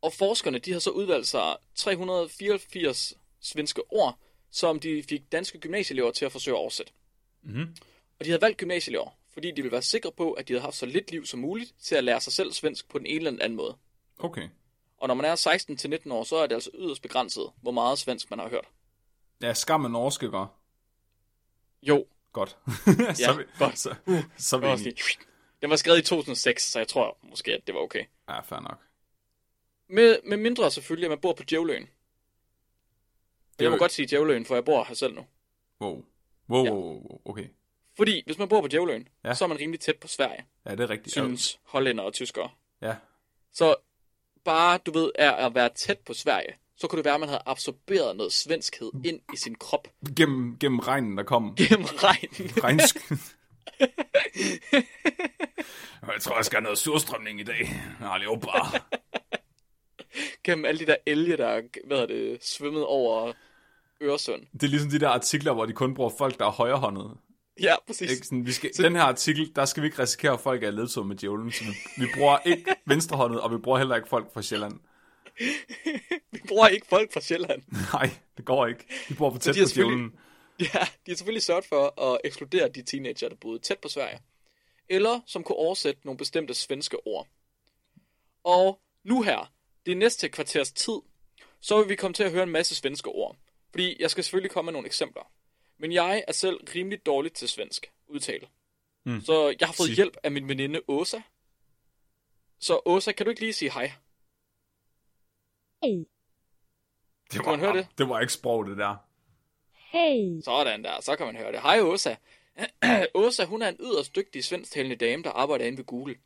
[SPEAKER 1] Og forskerne, de har så udvalgt sig 384 svenske ord, som de fik danske gymnasieelever til at forsøge at oversætte.
[SPEAKER 2] Mhm.
[SPEAKER 1] Og de havde valgt gymnasieelever, fordi de ville være sikre på, at de havde haft så lidt liv som muligt til at lære sig selv svensk på den ene eller den anden måde.
[SPEAKER 2] Okay.
[SPEAKER 1] Og når man er 16-19 år, så er det altså yderst begrænset, hvor meget svensk man har hørt.
[SPEAKER 2] Ja, skam er norske, gør.
[SPEAKER 1] Jo,
[SPEAKER 2] Godt. <laughs> så,
[SPEAKER 1] Ja,
[SPEAKER 2] er vi,
[SPEAKER 1] godt.
[SPEAKER 2] Så, så er
[SPEAKER 1] det var også
[SPEAKER 2] vi,
[SPEAKER 1] lige... Den var skrevet i 2006, så jeg tror måske, at det var okay.
[SPEAKER 2] ja, fair nok.
[SPEAKER 1] Med, med mindre selvfølgelig, at man bor på Djævløen.
[SPEAKER 2] er
[SPEAKER 1] Jeg må
[SPEAKER 2] jo-
[SPEAKER 1] godt sige Djævløen, for jeg bor her selv nu.
[SPEAKER 2] Wow. Wow, wow, wow, wow, okay.
[SPEAKER 1] Fordi hvis man bor på Djævløen,
[SPEAKER 2] Ja.
[SPEAKER 1] ja. så er man rimelig tæt på Sverige.
[SPEAKER 2] Ja, det er rigtigt.
[SPEAKER 1] synes hollænder og tyskere.
[SPEAKER 2] Ja.
[SPEAKER 1] Så bare, du ved, er at være tæt på Sverige, så kunne det være, at man havde absorberet noget svenskhed ind i sin krop <laughs>
[SPEAKER 2] Gennem, gennem regnen, der kom.
[SPEAKER 1] gennem regnen. <laughs>
[SPEAKER 2] Regnsk. jeg tror, jeg skal have noget surstrømning i dag. Nej, det er jo bare.
[SPEAKER 1] gennem alle de der elge, der er, hvad er det, svømmet over Øresund.
[SPEAKER 2] Det er ligesom de der artikler, hvor de kun bruger folk, der er højrehåndede.
[SPEAKER 1] Ja, præcis.
[SPEAKER 2] Ikke? Sådan, vi skal, den her artikel, der skal vi ikke risikere, at folk er ledtog med djævlen. Så vi, vi bruger ikke venstrehåndet, og vi bruger heller ikke folk fra Sjælland.
[SPEAKER 1] Vi bruger ikke folk fra Sjælland.
[SPEAKER 2] Nej, det går ikke. Vi bor for tæt
[SPEAKER 1] de har
[SPEAKER 2] på djævlen.
[SPEAKER 1] <laughs> Ja, de har selvfølgelig sørget for at ekskludere de teenager, der boede tæt på Sverige. Eller som kunne oversætte nogle bestemte svenske ord. Og nu her, det næste kvarters tid, så vil vi komme til at høre en masse svenske ord. Fordi jeg skal selvfølgelig komme med nogle eksempler. Men jeg er selv rimelig dårlig til svensk udtale. Mm. Så jeg har fået
[SPEAKER 2] Sig.
[SPEAKER 1] hjælp af min veninde Åsa. Så Åsa, kan du ikke lige sige hej?
[SPEAKER 3] Hej,
[SPEAKER 2] Det var,
[SPEAKER 1] man høre det?
[SPEAKER 2] det var ikke sprog, det der.
[SPEAKER 3] hej,
[SPEAKER 1] Sådan der, så kan man høre det. Hej Åsa. <clears throat> Åsa, hun er en yderst dygtig svensktalende dame, der arbejder inde ved Google.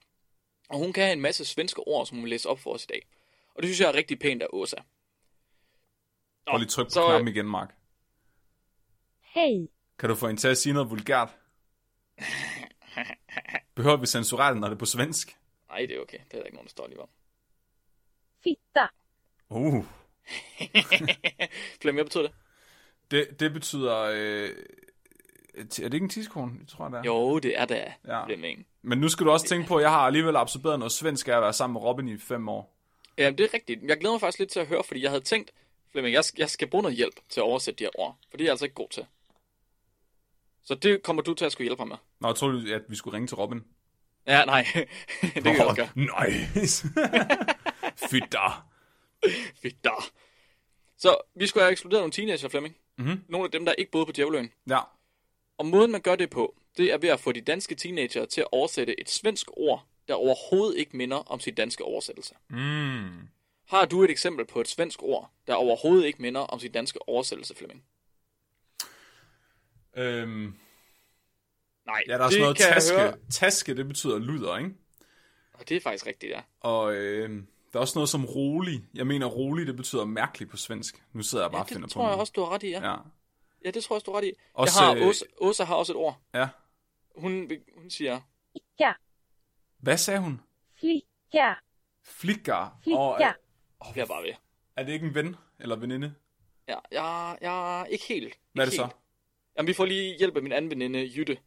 [SPEAKER 1] Og hun kan en masse svenske ord, som hun læser op for os i dag. Og det synes jeg er rigtig pænt af Åsa. Nå,
[SPEAKER 2] Prøv lige at trykke på
[SPEAKER 1] så, øh,
[SPEAKER 2] knappen igen, Mark.
[SPEAKER 3] hej,
[SPEAKER 2] Kan du få en til at sige noget vulgært? Behøver vi censurere det, når det er på svensk?
[SPEAKER 1] Nej, det er okay. Det er der ikke nogen, der står lige om. <laughs>
[SPEAKER 3] fitta,
[SPEAKER 2] Uh.
[SPEAKER 1] Flemming, hvad betyder det?
[SPEAKER 2] Det, det betyder... Øh, er det ikke en tidskone? Jeg tror, det er.
[SPEAKER 1] Jo, det er da
[SPEAKER 2] Ja.
[SPEAKER 1] ja. Flemming.
[SPEAKER 2] Men nu skal du også tænke på, at jeg har alligevel absorberet noget svensk af at være sammen med Robin i fem år.
[SPEAKER 1] Jamen, det er rigtigt. Jeg glæder mig faktisk lidt til at høre, fordi jeg havde tænkt, Flemming, jeg, jeg skal bruge noget hjælp til at oversætte de her ord. For det er jeg altså ikke god til. Så det kommer du til at skulle hjælpe mig med.
[SPEAKER 2] Nå, jeg troede, at vi skulle ringe til Robin.
[SPEAKER 1] Ja, nej. <laughs> det kan jeg også gøre.
[SPEAKER 2] Nej. <laughs> Fedt da.
[SPEAKER 1] Fedt da. Så vi skulle have ekskluderet nogle teenager, Flemming.
[SPEAKER 2] Mhm.
[SPEAKER 1] Mm-hmm. Nogle af dem, der ikke boede på Djævløen.
[SPEAKER 2] Ja.
[SPEAKER 1] Og måden, man gør det på, det er ved at få de danske teenager til at oversætte et svensk ord, der overhovedet ikke minder om sit danske oversættelse.
[SPEAKER 2] Mm.
[SPEAKER 1] Har du et eksempel på et svensk ord, der overhovedet ikke minder om sit danske oversættelse, Flemming?
[SPEAKER 2] Øhm,
[SPEAKER 1] Nej,
[SPEAKER 2] ja, der er
[SPEAKER 1] det
[SPEAKER 2] sådan noget
[SPEAKER 1] kan jeg
[SPEAKER 2] taske.
[SPEAKER 1] høre.
[SPEAKER 2] Taske, det betyder luder, ikke?
[SPEAKER 1] Og det er faktisk rigtigt, ja.
[SPEAKER 2] Og øh, der er også noget som rolig. Jeg mener rolig, det betyder mærkelig på svensk. Nu sidder jeg bare
[SPEAKER 1] ja
[SPEAKER 2] og finder
[SPEAKER 1] det
[SPEAKER 2] på
[SPEAKER 1] tror jeg
[SPEAKER 2] noget.
[SPEAKER 1] også, du har ret i, ja. ja.
[SPEAKER 2] Ja.
[SPEAKER 1] Ja, det tror jeg også, du har ret i.
[SPEAKER 2] Også,
[SPEAKER 1] jeg
[SPEAKER 2] øh,
[SPEAKER 1] har, Åsa, Åsa har også et ord.
[SPEAKER 2] ja.
[SPEAKER 1] Hun, hun siger,
[SPEAKER 3] icka,
[SPEAKER 2] Hvad sagde hun?
[SPEAKER 3] flicka,
[SPEAKER 2] Flikker.
[SPEAKER 3] Flikker.
[SPEAKER 2] Og, er,
[SPEAKER 1] jeg er bare ved.
[SPEAKER 2] er det ikke en ven eller veninde?
[SPEAKER 1] Ja, jeg, jeg ikke helt. Ikke
[SPEAKER 2] Hvad er det så?
[SPEAKER 1] helt. Jamen, vi får lige hjælp af min anden veninde, Jytte.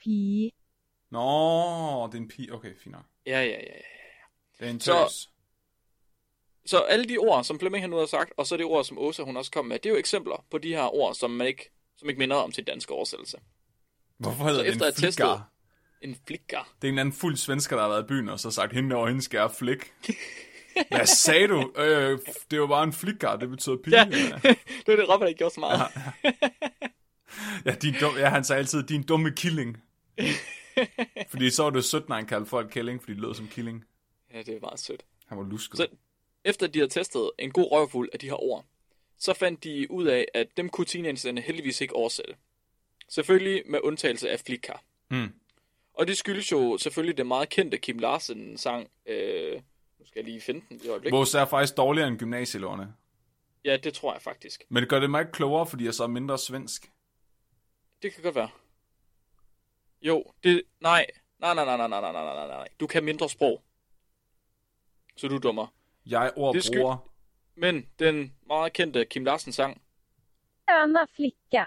[SPEAKER 3] pi,
[SPEAKER 2] Nå, det er en pige. Okay, fint nok.
[SPEAKER 1] Ja, ja, ja. ja.
[SPEAKER 2] Det er en
[SPEAKER 1] Så-
[SPEAKER 2] tøs.
[SPEAKER 1] Så alle de ord, som Flemming han nu har sagt, og så det ord, som Åsa hun også kom med, det er jo eksempler på de her ord, som man ikke, som ikke minder om til danske oversættelse.
[SPEAKER 2] Hvorfor hedder det
[SPEAKER 1] efter
[SPEAKER 2] en
[SPEAKER 1] at have testet-
[SPEAKER 2] flikker?
[SPEAKER 1] En flikker. <laughs>
[SPEAKER 2] Det er en eller anden fuld svensker, der har været i byen, og så har sagt, hende over hende skal jeg
[SPEAKER 1] <laughs>
[SPEAKER 2] flik. Hvad sagde du? Øh, det var bare en flikker, det betyder pige.
[SPEAKER 1] Ja,
[SPEAKER 2] eller?
[SPEAKER 1] det var det, Robert ikke gjorde så meget. Ja.
[SPEAKER 2] Ja, din dum, ja, han sagde altid, din dumme
[SPEAKER 1] <laughs>
[SPEAKER 2] killing. fordi så var det sødt, når han kaldte folk killing, fordi det lød som killing.
[SPEAKER 1] ja, det er meget sødt.
[SPEAKER 2] Han var lusket.
[SPEAKER 1] Så- Efter de havde testet en god røvfuld af de her ord, så fandt de ud af, at dem kunne teenagerne heldigvis ikke oversætte. Selvfølgelig med undtagelse af flikker.
[SPEAKER 2] Mm.
[SPEAKER 1] Og det skyldes jo selvfølgelig den meget kendte Kim Larsen sang, øh, nu skal jeg lige finde den i et øjeblik.
[SPEAKER 2] Vores er faktisk dårligere end gymnasieeleverne.
[SPEAKER 1] Ja, det tror jeg faktisk.
[SPEAKER 2] Men det gør det mig ikke klogere, fordi jeg så er mindre svensk.
[SPEAKER 1] Det kan godt være. Jo, det... Nej. Nej, nej, nej, nej, nej, nej, nej, nej, nej. Du kan mindre sprog. Så du er dummer.
[SPEAKER 2] Jeg ord
[SPEAKER 1] Det er skyld-
[SPEAKER 2] bruger...
[SPEAKER 1] Men den meget kendte Kim Larsen sang,
[SPEAKER 3] sköna flicka,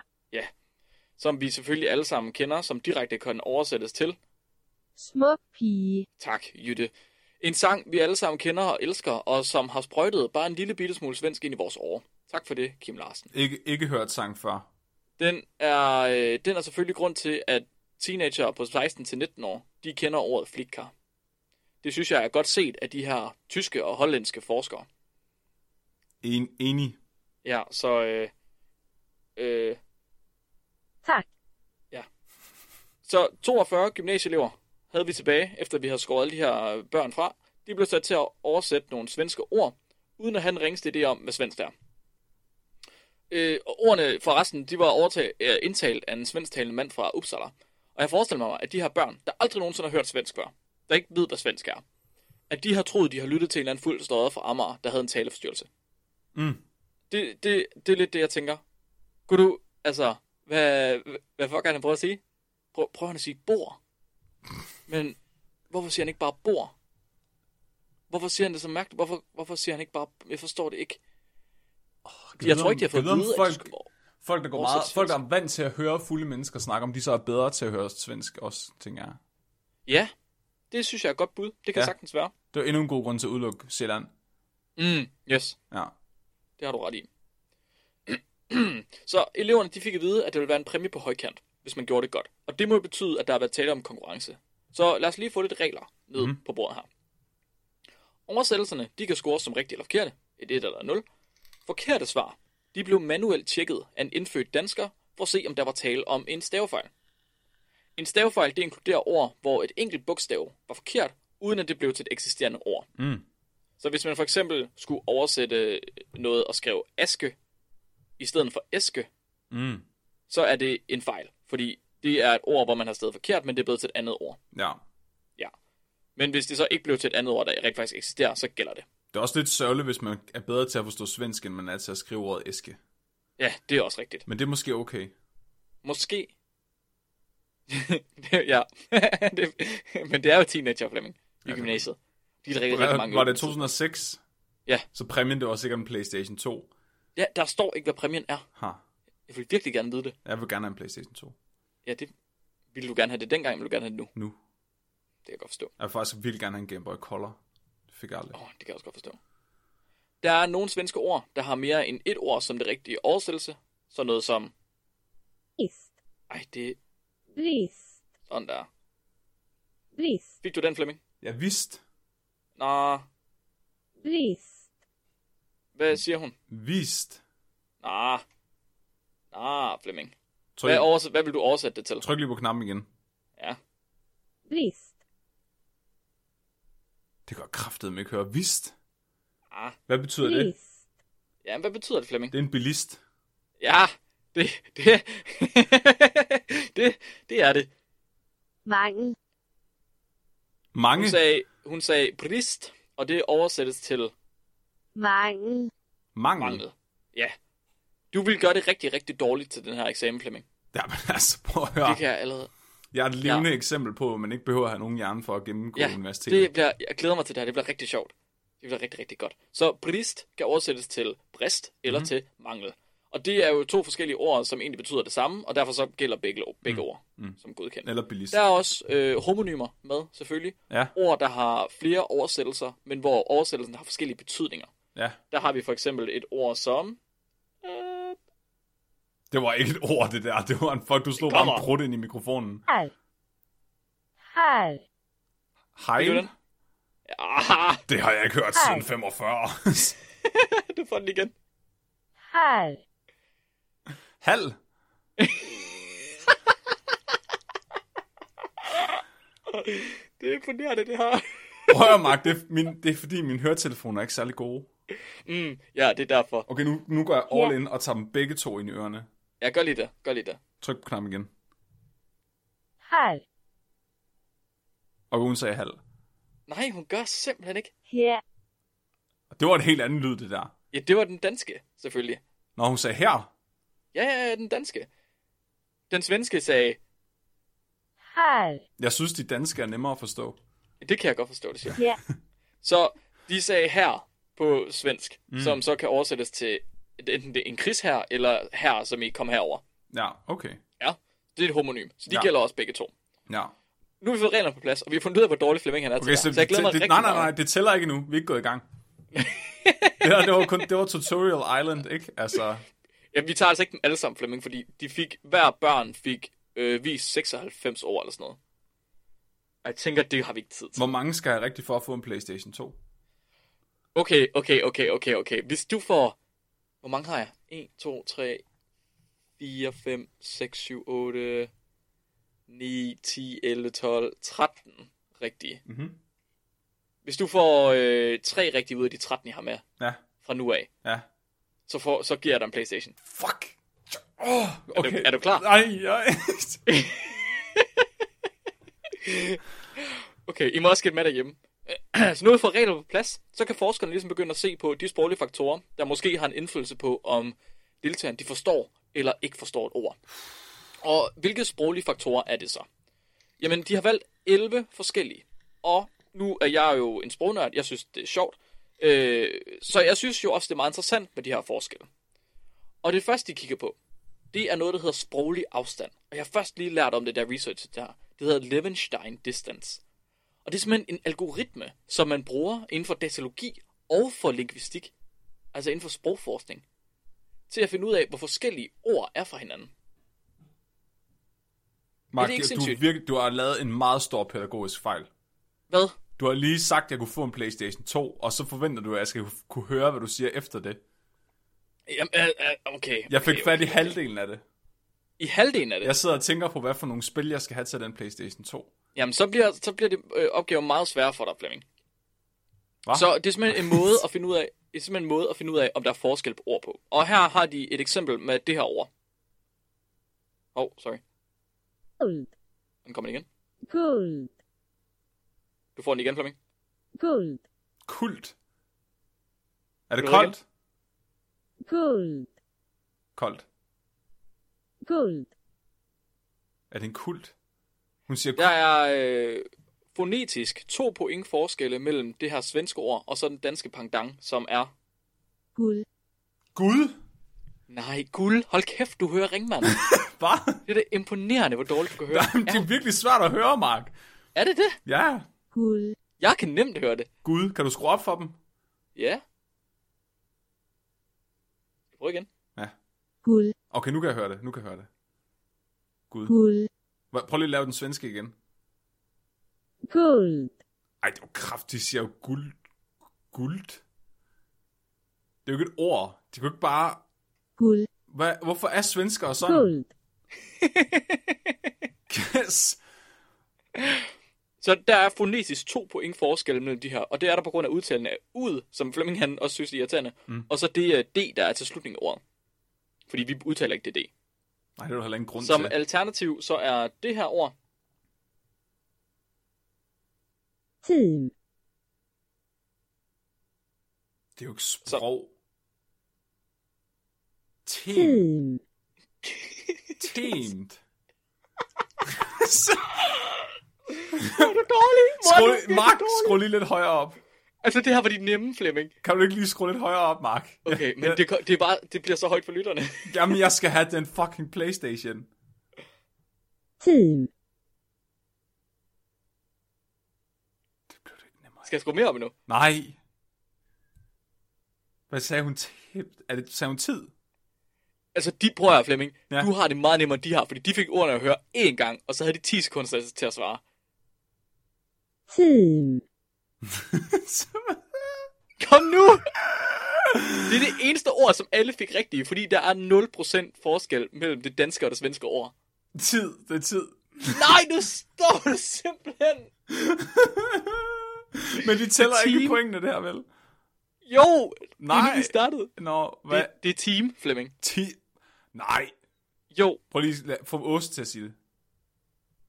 [SPEAKER 1] som vi selvfølgelig alle sammen kender, som direkte kan oversættes til,
[SPEAKER 3] smuk pige,
[SPEAKER 1] tak Jytte, en sang vi alle sammen kender og elsker, og som har sprøjtet bare en lille bitte smule svensk ind i vores år. Tak for det, Kim Larsen.
[SPEAKER 2] Ikke, ikke hørt sang før.
[SPEAKER 1] Den er, øh, den er selvfølgelig grund til, at teenager på 16-19 år, de kender ordet flikkar. Det synes jeg er godt set af de her tyske og hollandske forskere.
[SPEAKER 2] En, enig.
[SPEAKER 1] Ja, så... Øh, øh,
[SPEAKER 3] tack,
[SPEAKER 1] så 42 gymnasieelever havde vi tilbage, efter vi havde skåret alle de her øh, børn fra. De blev sat til at oversætte nogle svenske ord, uden at have en ringste idé om, hvad svensk er. Øh, og ordene forresten, de var overtag, øh, indtalt af en svensktalende mand fra Uppsala. Og jeg forestiller mig, at de her børn, der aldrig nogensinde har hørt svensk før, der ikke ved, hvad svensk er, at de har troet, de har lyttet til en eller anden fuld støjet fra Amager, der havde en taleforstyrrelse.
[SPEAKER 2] Mm.
[SPEAKER 1] Det, det, det er lidt det, jeg tænker. Kunne du, altså, hvad, hvad fuck er han prøver at sige? Prøv, prøver han at sige bor? Men hvorfor siger han ikke bare bor? Hvorfor siger han det så mærkeligt? Hvorfor, hvorfor siger han ikke bare... Jeg forstår det ikke. Jeg tror ikke, de har fået at
[SPEAKER 2] Jeg ved, om
[SPEAKER 1] vide, at du
[SPEAKER 2] folk,
[SPEAKER 1] skal-
[SPEAKER 2] Folk, der, går
[SPEAKER 1] Oversæt
[SPEAKER 2] meget,
[SPEAKER 1] til
[SPEAKER 2] folk, der er vant til at høre fulde mennesker snakke om, de så er bedre til at høre svensk også, tænker jeg.
[SPEAKER 1] Ja, det synes jeg er et godt bud. Det kan
[SPEAKER 2] Ja.
[SPEAKER 1] ja. sagtens være.
[SPEAKER 2] Det var endnu en god grund til at udelukke Sjælland.
[SPEAKER 1] Mm, yes.
[SPEAKER 2] Ja.
[SPEAKER 1] Det har du ret i. så eleverne de fik at vide, at der ville være en præmie på højkant, hvis man gjorde det godt. Og det må jo betyde, at der har været tale om konkurrence. Så lad os lige få lidt regler ned mm. på bordet her. Oversættelserne de kan scores som rigtige eller forkerte, et 1 eller et 0. Forkerte svar de blev manuelt tjekket af en indfødt dansker for at se, om der var tale om en stavefejl. En stavefejl det inkluderer ord, hvor et enkelt bogstav var forkert, uden at det blev til et eksisterende ord.
[SPEAKER 2] Mm.
[SPEAKER 1] Så hvis man for eksempel skulle oversætte noget og skrev aske i stedet for æske,
[SPEAKER 2] Mm.
[SPEAKER 1] så er det en fejl, fordi det er et ord, hvor man har stedet forkert, men det er blevet til et andet ord.
[SPEAKER 2] Ja.
[SPEAKER 1] Men hvis det så ikke blev til et andet ord, der rent faktisk eksisterer, så gælder det.
[SPEAKER 2] Det er også lidt sørgeligt, hvis man er bedre til at forstå svensk, end man er til at skrive ordet æske.
[SPEAKER 1] Ja, det er også rigtigt.
[SPEAKER 2] Men det er måske okay.
[SPEAKER 1] Måske. <laughs> Det- ja, <laughs> det, men det er jo teenager, Flemming, i
[SPEAKER 2] Ja, det-
[SPEAKER 1] gymnasiet. De drikker rigtig mange
[SPEAKER 2] Var, var
[SPEAKER 1] øl.
[SPEAKER 2] det 2006?
[SPEAKER 1] Ja.
[SPEAKER 2] Så præmien, det var sikkert en Playstation 2.
[SPEAKER 1] Ja, der står ikke, hvad præmien er.
[SPEAKER 2] Ha.
[SPEAKER 1] Jeg vil virkelig gerne vide det.
[SPEAKER 2] Jeg vil gerne have en Playstation 2.
[SPEAKER 1] Ja, det ville du gerne have det dengang, men vil du gerne have det nu.
[SPEAKER 2] Nu.
[SPEAKER 1] Det kan jeg godt forstå.
[SPEAKER 2] Jeg vil faktisk virkelig gerne have en Game Boy Color. Det fik jeg aldrig.
[SPEAKER 1] Åh, oh, det kan jeg også godt forstå. Der er nogle svenske ord, der har mere end et ord som det rigtige oversættelse. Sådan noget som,
[SPEAKER 3] Ist.
[SPEAKER 1] ej, det er
[SPEAKER 3] Brist.
[SPEAKER 1] sådan der.
[SPEAKER 3] Brist.
[SPEAKER 1] Fik du den, Flemming?
[SPEAKER 2] Jeg vidste.
[SPEAKER 1] Nå,
[SPEAKER 3] Brist.
[SPEAKER 2] Mm.
[SPEAKER 1] hvad siger hun?
[SPEAKER 2] Vist.
[SPEAKER 1] Nå, nå, Flemming.
[SPEAKER 2] Tryk,
[SPEAKER 1] Hvad, oversæt, hvad vil du oversætte det til?
[SPEAKER 2] tryk lige på knappen igen.
[SPEAKER 1] Ja,
[SPEAKER 3] Brist.
[SPEAKER 2] Det kan jeg kraftedeme ikke høre. Vist.
[SPEAKER 1] ah.
[SPEAKER 2] Hvad betyder det?
[SPEAKER 3] Brist.
[SPEAKER 1] ja hvad betyder det, Flemming?
[SPEAKER 2] Det er en bilist.
[SPEAKER 1] Ja, det, det, <laughs> det, det er det.
[SPEAKER 3] Mangel.
[SPEAKER 2] Mange.
[SPEAKER 1] Hun sagde, hun sagde brist, og det oversættes til
[SPEAKER 2] Hmm.
[SPEAKER 3] Mangel.
[SPEAKER 2] Mangel.
[SPEAKER 1] mangel. Ja. Du vil gøre det rigtig, rigtig dårligt til den her eksamen, Flemming.
[SPEAKER 2] Ja, men altså, prøv at høre.
[SPEAKER 1] Det kan jeg allerede
[SPEAKER 2] Jeg er et levende ja. eksempel på, at man ikke behøver at have nogen hjerne for at gennemgå ja, universitetet.
[SPEAKER 1] det bliver, jeg glæder mig til det her. Det bliver rigtig sjovt. Det bliver rigtig, rigtig godt. Så brist kan oversættes til brist eller mm. til mangel. Og det er jo to forskellige ord, som egentlig betyder det samme, og derfor så gælder begge, begge mm. ord mm. som godkendt.
[SPEAKER 2] Eller bilist.
[SPEAKER 1] Der er også øh, homonymer med, selvfølgelig.
[SPEAKER 2] Ja.
[SPEAKER 1] Ord, der har flere oversættelser, men hvor oversættelsen har forskellige betydninger.
[SPEAKER 2] Ja.
[SPEAKER 1] Der har vi for eksempel et ord som... Øh,
[SPEAKER 2] Det var ikke et ord, det der. Det var en fuck, du slog bare
[SPEAKER 1] kommer.
[SPEAKER 2] en prut ind i mikrofonen.
[SPEAKER 3] Här. Här.
[SPEAKER 2] Hej.
[SPEAKER 1] Fik du den? ah, <laughs>
[SPEAKER 2] Det har jeg ikke hørt siden 45.
[SPEAKER 1] du får den igen.
[SPEAKER 3] Här.
[SPEAKER 2] Hal.
[SPEAKER 1] Det er imponerende, det her.
[SPEAKER 2] Prøv at Mark, det er, min, det er fordi, mine høretelefoner er ikke særlig gode.
[SPEAKER 1] Mm, ja, det er derfor.
[SPEAKER 2] Okay, nu, nu går jeg all in og tager dem begge to ind i ørerne.
[SPEAKER 1] Ja, gør lige det. Gør lige det.
[SPEAKER 2] Tryk på knappen igen.
[SPEAKER 3] Här.
[SPEAKER 2] Og hun sagde hal.
[SPEAKER 1] Nej, hun gør simpelthen ikke.
[SPEAKER 3] Här.
[SPEAKER 2] Og det var en helt anden lyd, det der.
[SPEAKER 1] Ja, det var den danske, selvfølgelig.
[SPEAKER 2] Når hun sagde her.
[SPEAKER 1] Ja, ja, ja, den danske. Den svenske sagde,
[SPEAKER 3] Här.
[SPEAKER 2] Jeg synes, de danske er nemmere at forstå.
[SPEAKER 1] det kan jeg godt forstå, det siger.
[SPEAKER 2] <laughs>
[SPEAKER 3] Ja.
[SPEAKER 1] Så de sagde her på svensk, mm. som så kan oversættes til enten det er en krigsherre, eller her, som I kom herover.
[SPEAKER 2] Ja, okay.
[SPEAKER 1] Ja, det er et homonym. Så de
[SPEAKER 2] Ja.
[SPEAKER 1] ja. gælder også begge to.
[SPEAKER 2] Ja.
[SPEAKER 1] Nu har vi fået reglerne på plads, og vi har fundet ud af, hvor dårlig Flemming han er
[SPEAKER 2] Okay,
[SPEAKER 1] til det
[SPEAKER 2] så,
[SPEAKER 1] her. Så jeg glæder mig
[SPEAKER 2] det,
[SPEAKER 1] rigtig
[SPEAKER 2] nej, nej,
[SPEAKER 1] meget.
[SPEAKER 2] nej, det tæller ikke nu. Vi er ikke gået i gang. <laughs> det, her, det, var kun, det var Tutorial Island, ikke? Altså,
[SPEAKER 1] Ja, vi tager altså ikke den alle sammen, Flemming, fordi de fik, hver børn fik øh, vist 96 år eller sådan noget. Og Jeg tænker, det har vi ikke tid til.
[SPEAKER 2] hvor mange skal jeg rigtig for at få en Playstation 2?
[SPEAKER 1] Okay, okay, okay, okay, okay. Hvis du får... Hvor mange har jeg? 1, 2, 3, 4, 5, 6, 7, 8, 9, 10, 11, 12, 13 rigtige.
[SPEAKER 2] Mhm.
[SPEAKER 1] Hvis du får øh, tre rigtige ud af de 13, jeg har med
[SPEAKER 2] Ja,
[SPEAKER 1] fra nu af,
[SPEAKER 2] ja.
[SPEAKER 1] så, får, så giver jeg dig en Playstation.
[SPEAKER 2] Fuck! Oh, okay.
[SPEAKER 1] er du klar?
[SPEAKER 2] Nej, nej.
[SPEAKER 1] Okay, I må også gætte med derhjemme. <clears throat> så nu vi får regler på plads, så kan forskerne ligesom begynde at se på de sproglige faktorer, der måske har en indflydelse på, om deltagerne de forstår eller ikke forstår et ord. Og hvilke sproglige faktorer er det så? Jamen, de har valgt 11 forskellige. Og nu er jeg jo en sprognørd, jeg synes, det er sjovt. Øh, så jeg synes jo også, det er meget interessant med de her forskelle. Og det første, de kigger på, det er noget, der hedder sproglig afstand. Og jeg har først lige lært om det, der research der. Det hedder Levenstein Distance. Og det er simpelthen en algoritme, som man bruger inden for datalogi og for linguistik, altså inden for sprogforskning, til at finde ud af, hvor forskellige ord er fra hinanden.
[SPEAKER 2] <laughs> Mark,
[SPEAKER 1] ikke
[SPEAKER 2] du,
[SPEAKER 1] sindssygt?
[SPEAKER 2] virkelig, du har lavet en meget stor pædagogisk fejl.
[SPEAKER 1] Hvad?
[SPEAKER 2] Du har lige sagt, at jeg kunne få en Playstation 2, og så forventer du, at jeg skal kunne høre, hvad du siger efter det.
[SPEAKER 1] Jamen, øh, øh, okay.
[SPEAKER 2] Jeg fik
[SPEAKER 1] okay,
[SPEAKER 2] fat i halvdelen af det.
[SPEAKER 1] I halvdelen af det?
[SPEAKER 2] Jeg sidder og tænker på, hvad for nogle spil, jeg skal have til den Playstation 2.
[SPEAKER 1] Jamen, så bliver, så bliver det øh, opgaven meget sværere for dig, Flemming.
[SPEAKER 2] Hva?
[SPEAKER 1] Så det er simpelthen en måde at finde ud af, det er simpelthen en måde at finde ud af, om der er forskel på ord på. Og her har de et eksempel med det her ord. Åh, oh, sorry.
[SPEAKER 3] guld,
[SPEAKER 1] Den kommer igen.
[SPEAKER 3] guld,
[SPEAKER 1] Du får den igen, Flemming.
[SPEAKER 3] guld,
[SPEAKER 2] <laughs> Kult. Er det
[SPEAKER 1] Vil du
[SPEAKER 2] koldt?
[SPEAKER 3] guld,
[SPEAKER 2] Koldt.
[SPEAKER 3] guld,
[SPEAKER 2] Er det en kult? Hun siger,
[SPEAKER 1] Der er øh, fonetisk to point forskelle mellem det her svenske ord og så den danske pangdang, som er...
[SPEAKER 3] guld,
[SPEAKER 2] Gud.
[SPEAKER 1] Nej, guld. Hold kæft, du hører
[SPEAKER 2] <laughs>
[SPEAKER 1] ringmand.
[SPEAKER 2] Hvad?
[SPEAKER 1] Det er da imponerende, hvor dårligt du kan høre.
[SPEAKER 2] Jamen, det er virkelig svært at høre, Mark.
[SPEAKER 1] Er det det?
[SPEAKER 2] Ja.
[SPEAKER 3] guld,
[SPEAKER 1] Jeg kan nemt høre det.
[SPEAKER 2] Gud, kan du skrue op for dem?
[SPEAKER 1] Ja. Skal vi prøve igen?
[SPEAKER 2] Ja.
[SPEAKER 3] guld,
[SPEAKER 2] Okay, nu kan jeg høre det. Nu kan jeg høre det. Gud.
[SPEAKER 3] guld,
[SPEAKER 2] Hva- Prøv lige at lave den svenske igen.
[SPEAKER 3] guld,
[SPEAKER 2] Ej, det var kraftigt. De siger jo guld. Guld. Det er jo ikke et ord. De kan jo ikke bare...
[SPEAKER 3] guld,
[SPEAKER 2] Hva? Hvorfor er svenskere sådan?
[SPEAKER 3] guld,
[SPEAKER 2] <laughs> Yes.
[SPEAKER 1] Så der er fonetisk to point forskel mellem de her, og det er der på grund af udtalen af ud, som Flemming han også synes er irriterende, mm. og så det øh, d, der er til slutningen af ordet. Fordi vi udtaler ikke det d.
[SPEAKER 2] Nej, det er der heller ingen grund
[SPEAKER 1] Som
[SPEAKER 2] til.
[SPEAKER 1] alternativ, så er det her ord
[SPEAKER 3] team,
[SPEAKER 2] Det er jo ikke sprog. Team.
[SPEAKER 3] team,
[SPEAKER 2] Teamed.
[SPEAKER 1] Hvor er du dårlig? Hvor er du
[SPEAKER 2] Skru,
[SPEAKER 1] virkelig
[SPEAKER 2] Mark,
[SPEAKER 1] dårlig?
[SPEAKER 2] skru lige lidt højere op.
[SPEAKER 1] Altså, det her var de nemme, Flemming.
[SPEAKER 2] Kan du ikke lige skrue lidt højere op, Mark?
[SPEAKER 1] Okay, men
[SPEAKER 2] jeg,
[SPEAKER 1] det, det, er bare, det bliver så højt for lytterne. <laughs>
[SPEAKER 2] Jamen, jeg skal have den fucking Playstation.
[SPEAKER 3] team,
[SPEAKER 2] Det blev det ikke nemmere.
[SPEAKER 1] Skal jeg skrue mere op endnu?
[SPEAKER 2] Nej. Hvad sagde hun? Tip? Er det, sagde hun
[SPEAKER 1] <laughs>
[SPEAKER 2] tid?
[SPEAKER 1] Altså, de prøver, Flemming.
[SPEAKER 2] Ja.
[SPEAKER 1] Ja. Du har det meget nemmere, end de har, fordi de fik ordene at høre én gang, og så havde de 10 sekunder til at svare.
[SPEAKER 3] team,
[SPEAKER 1] Kom nu! Det er det eneste ord, som alle fik rigtigt, fordi der er 0% forskel mellem det danske og det svenske ord.
[SPEAKER 2] tid, det er tid. <laughs>
[SPEAKER 1] Nej, nu står du simpelthen...
[SPEAKER 2] Men de tæller ikke
[SPEAKER 1] Team.
[SPEAKER 2] pointene der, vel?
[SPEAKER 1] Jo, Nej. det er
[SPEAKER 2] Nej.
[SPEAKER 1] lige vi startede.
[SPEAKER 2] Nå, hvad?
[SPEAKER 1] Det, det er team, Flemming.
[SPEAKER 2] Ti... Nej.
[SPEAKER 1] Jo,
[SPEAKER 2] Prøv lige at få Åse til at sige det.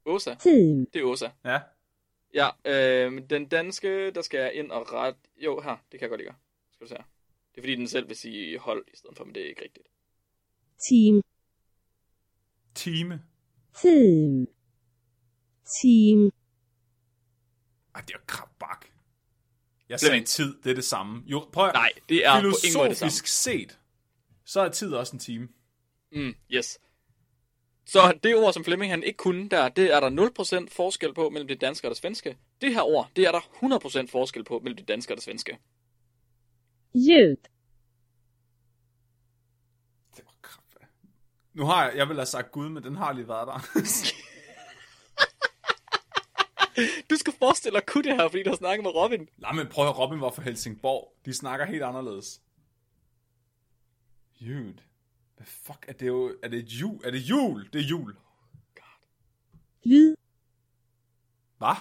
[SPEAKER 1] Åsa.
[SPEAKER 3] team,
[SPEAKER 1] Det er Åsa.
[SPEAKER 2] Ja.
[SPEAKER 1] Ja, øh, den danske, der skal jeg ind og ret... Jo, her, det kan jeg godt lide. Skal du se her. Det er fordi, den selv vil sige hold i stedet for, men det er ikke rigtigt.
[SPEAKER 3] team,
[SPEAKER 2] Time.
[SPEAKER 3] team, team,
[SPEAKER 2] Ej, det er jo krabbak. Jeg sagde
[SPEAKER 1] Flemming.
[SPEAKER 2] tid, det er det samme. Jo, prøv at-
[SPEAKER 1] Nej, det er på ingen måde det
[SPEAKER 2] Filosofisk set, så er tid også en time.
[SPEAKER 1] Mm, yes. Så det ord, som Flemming han ikke kunne der, det er der 0% forskel på mellem det danske og det svenske. Det her ord, det er der 100% forskel på mellem det danske og det svenske.
[SPEAKER 3] ljud,
[SPEAKER 2] Det var kraft. Nu har jeg, jeg vil have sagt Gud, men den har lige været der. <laughs>
[SPEAKER 1] Du skal forestille dig kunne det her, fordi du har snakket med Robin.
[SPEAKER 2] Nej, men prøv at høre, Robin var fra Helsingborg. De snakker helt anderledes. Jul. Hvad fuck er det jo? Er det jul? Er det jul? Det er jul.
[SPEAKER 3] lyd,
[SPEAKER 2] Hvad?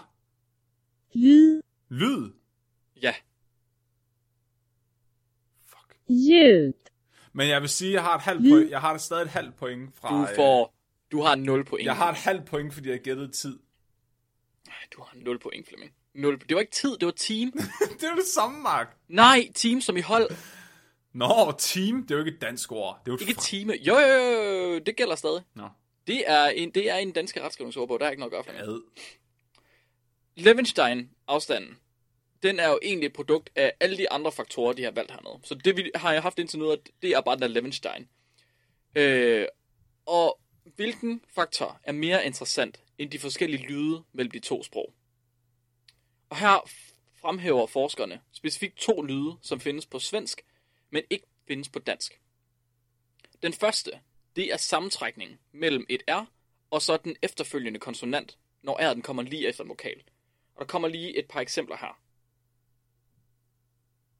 [SPEAKER 3] lyd,
[SPEAKER 2] Lyd?
[SPEAKER 1] Ja,
[SPEAKER 2] Fuck.
[SPEAKER 3] ljud,
[SPEAKER 2] Men jeg vil sige, jeg har et halvt
[SPEAKER 3] Lyd.
[SPEAKER 2] point. Jeg har stadig et halvt point fra...
[SPEAKER 1] du
[SPEAKER 2] øh,
[SPEAKER 1] får... Du har 0 point.
[SPEAKER 2] Jeg har et halvt point, fordi jeg gættede tid. <laughs>
[SPEAKER 1] Du har 0 point, Flemming. 0... Det var ikke tid, det var team.
[SPEAKER 2] det er jo det samme, Mark.
[SPEAKER 1] Nej, team som i hold.
[SPEAKER 2] Nå, team, det er jo ikke et dansk ord. Det er jo et
[SPEAKER 1] Ikke time. Jo, jo, jo, jo, det gælder stadig.
[SPEAKER 2] Nå.
[SPEAKER 1] Det er en, det er en dansk retskrivningsordbog, der er ikke noget at gøre for det.
[SPEAKER 2] Ad.
[SPEAKER 1] Levenstein-afstanden, den er jo egentlig et produkt af alle de andre faktorer, de har valgt hernede. Så det vi har jeg haft indtil nu, at det er bare den der Levenstein. Øh, Og hvilken faktor er mere interessant end de forskellige lyde mellem de to sprog? Og her f- fremhæver forskerne specifikt to lyde, som findes på svensk, men ikke findes på dansk. Den første, det er sammentrækningen mellem et R og så den efterfølgende konsonant, når R'en kommer lige efter en vokal. Og der kommer lige et par eksempler her.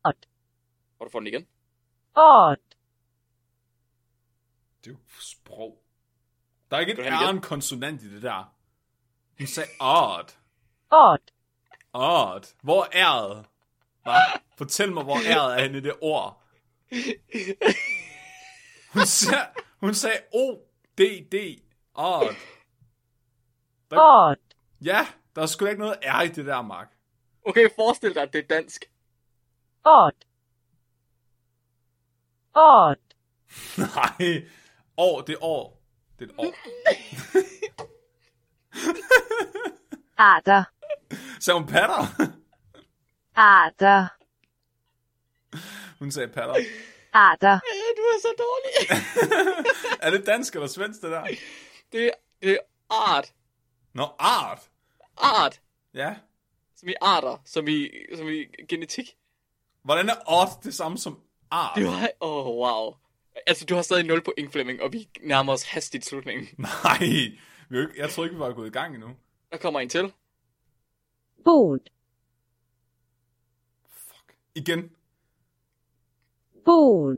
[SPEAKER 3] Art.
[SPEAKER 1] Og du får den igen.
[SPEAKER 3] Art.
[SPEAKER 2] Det er jo sprog. Der er ikke
[SPEAKER 1] Vil
[SPEAKER 2] et
[SPEAKER 1] du have den
[SPEAKER 2] er en konsonant i det der. Hun sagde art.
[SPEAKER 3] Art.
[SPEAKER 2] Art. Hvor er det? Hva? Fortæl mig, hvor er det henne i det ord. Hun sagde, hun sagde O, D, D, art.
[SPEAKER 3] Art.
[SPEAKER 2] Ja, der er sgu da ikke noget R i det der, Mark.
[SPEAKER 1] Okay, forestil dig, at det er dansk.
[SPEAKER 3] Art. Art.
[SPEAKER 2] Nej. År, det er år. Det er et år.
[SPEAKER 4] Arter.
[SPEAKER 2] Sagde hun patter?
[SPEAKER 4] Arter.
[SPEAKER 2] Hun sagde patter.
[SPEAKER 4] Arter.
[SPEAKER 1] Øh, du er så dårlig. <laughs>
[SPEAKER 2] er det dansk eller svensk, det der?
[SPEAKER 1] Det er, det er art.
[SPEAKER 2] Nå, art.
[SPEAKER 1] Art.
[SPEAKER 2] Ja.
[SPEAKER 1] Som i arter. Som i, som i genetik.
[SPEAKER 2] Hvordan er art det samme som art?
[SPEAKER 1] Du har... Åh, oh, wow. Altså, du har stadig 0 på Flemming, og vi nærmer os hastigt slutningen.
[SPEAKER 2] Nej. Vi er jo ikke, jeg tror ikke, vi var gået i gang endnu.
[SPEAKER 1] Der kommer en til.
[SPEAKER 3] Bord.
[SPEAKER 2] Fuck. Igen.
[SPEAKER 3] Bord.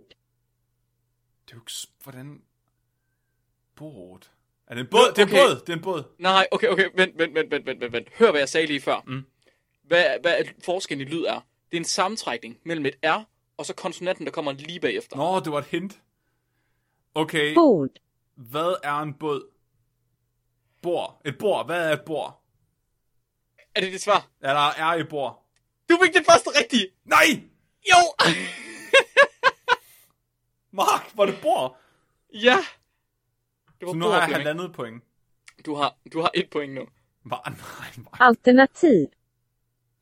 [SPEAKER 2] Det er jo ikke... s- Hvordan... Båd. Er det en båd? Det er en
[SPEAKER 1] okay.
[SPEAKER 2] båd. Det er en båd.
[SPEAKER 1] Nej, okay, okay. Vent, vent, vent, vent, vent, vent, vent. Hør, hvad jeg sagde lige før.
[SPEAKER 2] Mm.
[SPEAKER 1] Hvad, hvad er forskellen i lyd er. Det er en sammentrækning mellem et R, og så konsonanten, der kommer lige bagefter.
[SPEAKER 2] Nå, det var et hint. Okay,
[SPEAKER 3] Bord.
[SPEAKER 2] hvad er en båd? Bor. Et bor. Hvad er et bor?
[SPEAKER 1] Er det dit svar?
[SPEAKER 2] Ja, der er i bor.
[SPEAKER 1] Du fik det første rigtige!
[SPEAKER 2] Nej!
[SPEAKER 1] Jo! <laughs>
[SPEAKER 2] Mark, var det bor?
[SPEAKER 1] ja! Det var
[SPEAKER 2] Så nu har jeg
[SPEAKER 1] Flemming.
[SPEAKER 2] halvandet point.
[SPEAKER 1] Du har, du har et point nu.
[SPEAKER 2] Var, <laughs> nej, Mark.
[SPEAKER 3] Alternativ.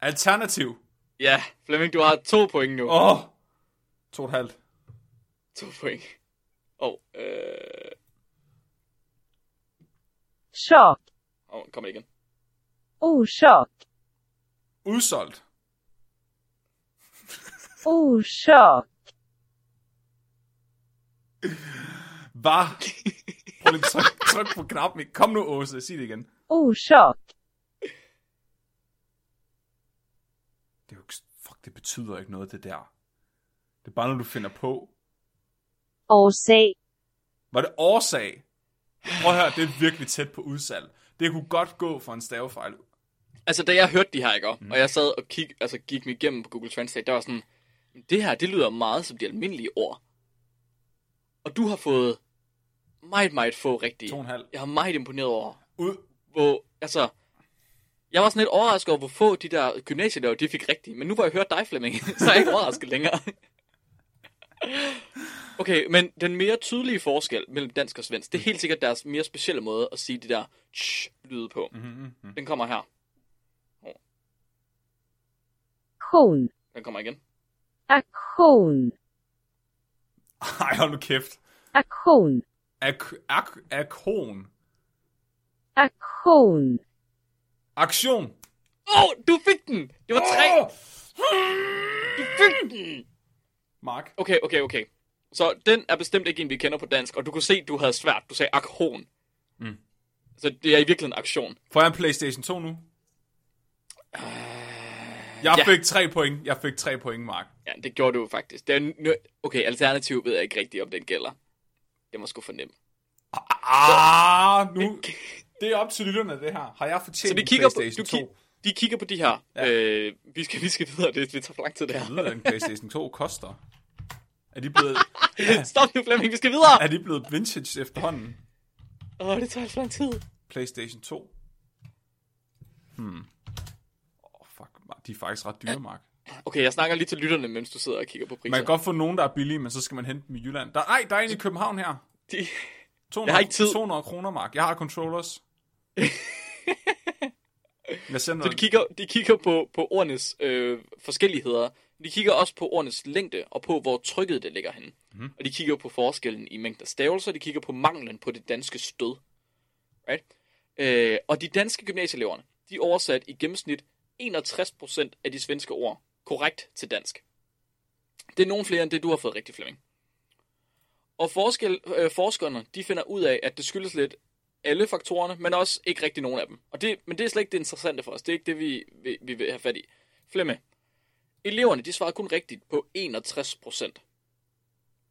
[SPEAKER 2] Alternativ.
[SPEAKER 1] Ja, Flemming, du har to point nu.
[SPEAKER 2] Åh. Oh. To og et halvt.
[SPEAKER 1] To point. Og, øh...
[SPEAKER 3] Sak.
[SPEAKER 1] Oh, kom igen.
[SPEAKER 3] Orsak.
[SPEAKER 2] Udsolgt.
[SPEAKER 3] Orsak.
[SPEAKER 2] Var. Prøv lige at tryk, tryk på knappen. Kom nu, Åse. Sig det igen.
[SPEAKER 3] Orsak.
[SPEAKER 2] Det er jo ikke... Fuck, det betyder ikke noget, det der. Det er bare noget, du finder på.
[SPEAKER 4] Årsag.
[SPEAKER 2] Var det årsag? Prøv at høre, det er virkelig tæt på udsalg. Det kunne godt gå for en stavefejl.
[SPEAKER 1] Altså, da jeg hørte de her, ikke? Og
[SPEAKER 2] Mm.
[SPEAKER 1] og jeg sad og kig, altså, gik mig igennem på Google Translate, der var sådan, det her, det lyder meget som de almindelige ord. Og du har fået meget, meget få rigtige.
[SPEAKER 2] To og en halv.
[SPEAKER 1] Jeg har meget imponeret over,
[SPEAKER 2] Ud.
[SPEAKER 1] hvor, altså, jeg var sådan lidt overrasket over, hvor få de der gymnasielærer, de fik rigtigt. Men nu hvor jeg hørte dig, Flemming, <laughs> så er jeg ikke overrasket længere. <laughs> Okay, men den mere tydelige forskel mellem dansk og svensk, det
[SPEAKER 2] Mm.
[SPEAKER 1] er helt sikkert deres mere specielle måde at sige de der tsh-lyde på.
[SPEAKER 2] Mm-hmm.
[SPEAKER 1] Den kommer her.
[SPEAKER 3] Aktion.
[SPEAKER 1] Den kommer igen.
[SPEAKER 3] Aktion.
[SPEAKER 2] <laughs> Ej, hold nu kæft.
[SPEAKER 3] Aktion.
[SPEAKER 2] Ak- ak- akon.
[SPEAKER 3] Aktion.
[SPEAKER 2] Aktion.
[SPEAKER 1] Åh, oh, du fik den! Det var tre!
[SPEAKER 2] Åh!
[SPEAKER 1] Du fik den!
[SPEAKER 2] Mark.
[SPEAKER 1] Okay, okay, okay. Så den er bestemt ikke en, vi kender på dansk, og du kunne se, du havde svært. Du sagde aktion.
[SPEAKER 2] Mm.
[SPEAKER 1] Så det er i virkeligheden aktion.
[SPEAKER 2] Får jeg en Playstation 2 nu? Jeg
[SPEAKER 1] Øh, ja.
[SPEAKER 2] fik tre point. Jeg fik tre point, Mark.
[SPEAKER 1] Ja, det gjorde du jo faktisk. Det er nø- okay, alternativ ved jeg ikke rigtigt, om den gælder. Det må sgu
[SPEAKER 2] <laughs>
[SPEAKER 1] fornemme.
[SPEAKER 2] Ah, nu. Det er op til lytterne, det her. Har jeg fortjent
[SPEAKER 1] Så de
[SPEAKER 2] en
[SPEAKER 1] kigger på, du
[SPEAKER 2] Playstation 2?
[SPEAKER 1] ki- de kigger på de her. Ja. Øh, vi, skal, vi skal videre, det, det tager for lang tid det
[SPEAKER 2] Jeg ved,
[SPEAKER 1] her.
[SPEAKER 2] hvad en Playstation 2 koster. Er de blevet, ja,
[SPEAKER 1] <laughs> Stop nu, Flemming, vi skal videre!
[SPEAKER 2] er de blevet vintage efterhånden?
[SPEAKER 1] Åh, oh, det tager alt for lang tid.
[SPEAKER 2] Playstation 2? Hmm. Oh, fuck, Mark. de er faktisk ret dyre, Mark.
[SPEAKER 1] Okay, jeg snakker lige til lytterne, mens du sidder og kigger på priser.
[SPEAKER 2] Man kan godt få nogen, der er billige, men så skal man hente dem i Jylland. Der, ej, der er en i København her.
[SPEAKER 1] De...
[SPEAKER 2] 200,
[SPEAKER 1] Jeg har ikke tid.
[SPEAKER 2] 200 kroner, Mark. Jeg har
[SPEAKER 1] <laughs>
[SPEAKER 2] controllers. Jeg sender
[SPEAKER 1] Så de kigger, de kigger på, på ordenes øh, forskelligheder De kigger også på ordenes længde og på, hvor trykket det ligger henne. Mm. Og de kigger på forskellen i mængden af stavelser, de kigger på manglen på det danske stød. Right? Øh, og de danske gymnasieeleverne, de oversat i gennemsnit 61% af de svenske ord korrekt til dansk. Det er nogen flere end det, du har fået rigtig, Flemming. Og forskel, øh, forskerne, de finder ud af, at det skyldes lidt alle faktorerne, men også ikke rigtig nogen af dem. Og det, men det er slet ikke det interessante for os. Det er ikke det, vi, vi, vi vil have fat i. Flemme, eleverne, de svarede kun rigtigt på 61 procent.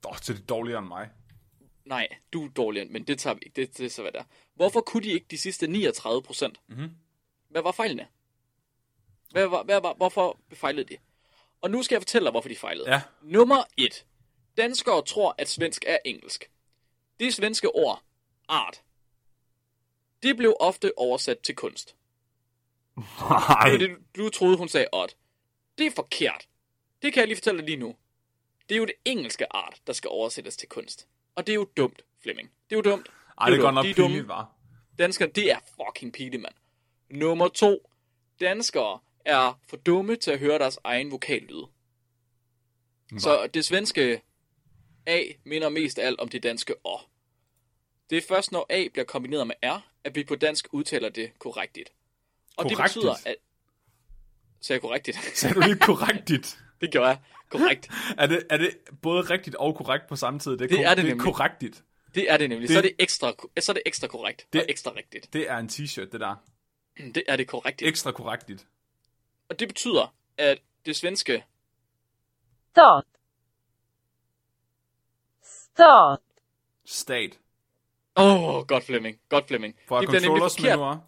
[SPEAKER 2] Åh, så er det dårligere end mig.
[SPEAKER 1] Nej, du er dårligere, men det tager vi ikke. Det, det er så, hvad det er. Hvorfor kunne de ikke de sidste 39 procent? Mm-hmm. Hvad var fejlene? Hvad var, hvad var, hvorfor fejlede de? Og nu skal jeg fortælle dig, hvorfor de fejlede.
[SPEAKER 2] Ja.
[SPEAKER 1] Nummer 1. Danskere tror, at svensk er engelsk. Det svenske ord, art, det blev ofte oversat til kunst.
[SPEAKER 2] Nej.
[SPEAKER 1] Det var det, du troede, hun sagde odd. Det er forkert. Det kan jeg lige fortælle dig lige nu. Det er jo det engelske art, der skal oversættes til kunst. Og det er jo dumt, Flemming. Det er jo dumt.
[SPEAKER 2] Ej,
[SPEAKER 1] jo
[SPEAKER 2] det er
[SPEAKER 1] dumt.
[SPEAKER 2] godt nok
[SPEAKER 1] De dumme.
[SPEAKER 2] pinligt, var.
[SPEAKER 1] Danskere, det er fucking pinligt, mand. Nummer to. Danskere er for dumme til at høre deres egen vokallyd. Så det svenske A minder mest af alt om det danske Å. Det er først, når A bliver kombineret med R, at vi på dansk udtaler det korrektigt. Og
[SPEAKER 2] Korrektigt?
[SPEAKER 1] det betyder, at... Sagde jeg korrektigt? <laughs>
[SPEAKER 2] Sagde du ikke korrektigt?
[SPEAKER 1] det gjorde jeg. Korrekt.
[SPEAKER 2] Er det, er det både rigtigt og korrekt på samme tid? Det er,
[SPEAKER 1] Det
[SPEAKER 2] ko-
[SPEAKER 1] er det
[SPEAKER 2] det er
[SPEAKER 1] nemlig.
[SPEAKER 2] korrektigt.
[SPEAKER 1] Det er det nemlig.
[SPEAKER 2] Det-
[SPEAKER 1] Så er det ekstra, så er det ekstra korrekt det...
[SPEAKER 2] Det-
[SPEAKER 1] og ekstra rigtigt.
[SPEAKER 2] Det er en t-shirt, det der.
[SPEAKER 1] Det er det korrekte.
[SPEAKER 2] Ekstra korrektigt.
[SPEAKER 1] Og det betyder, at det svenske
[SPEAKER 3] Stat. Stat.
[SPEAKER 2] Stat.
[SPEAKER 1] Åh, oh, godt Flemming. Godt Flemming.
[SPEAKER 2] For
[SPEAKER 1] det bliver nemlig
[SPEAKER 2] controllers
[SPEAKER 1] forkert.
[SPEAKER 2] menuer.
[SPEAKER 1] Ja,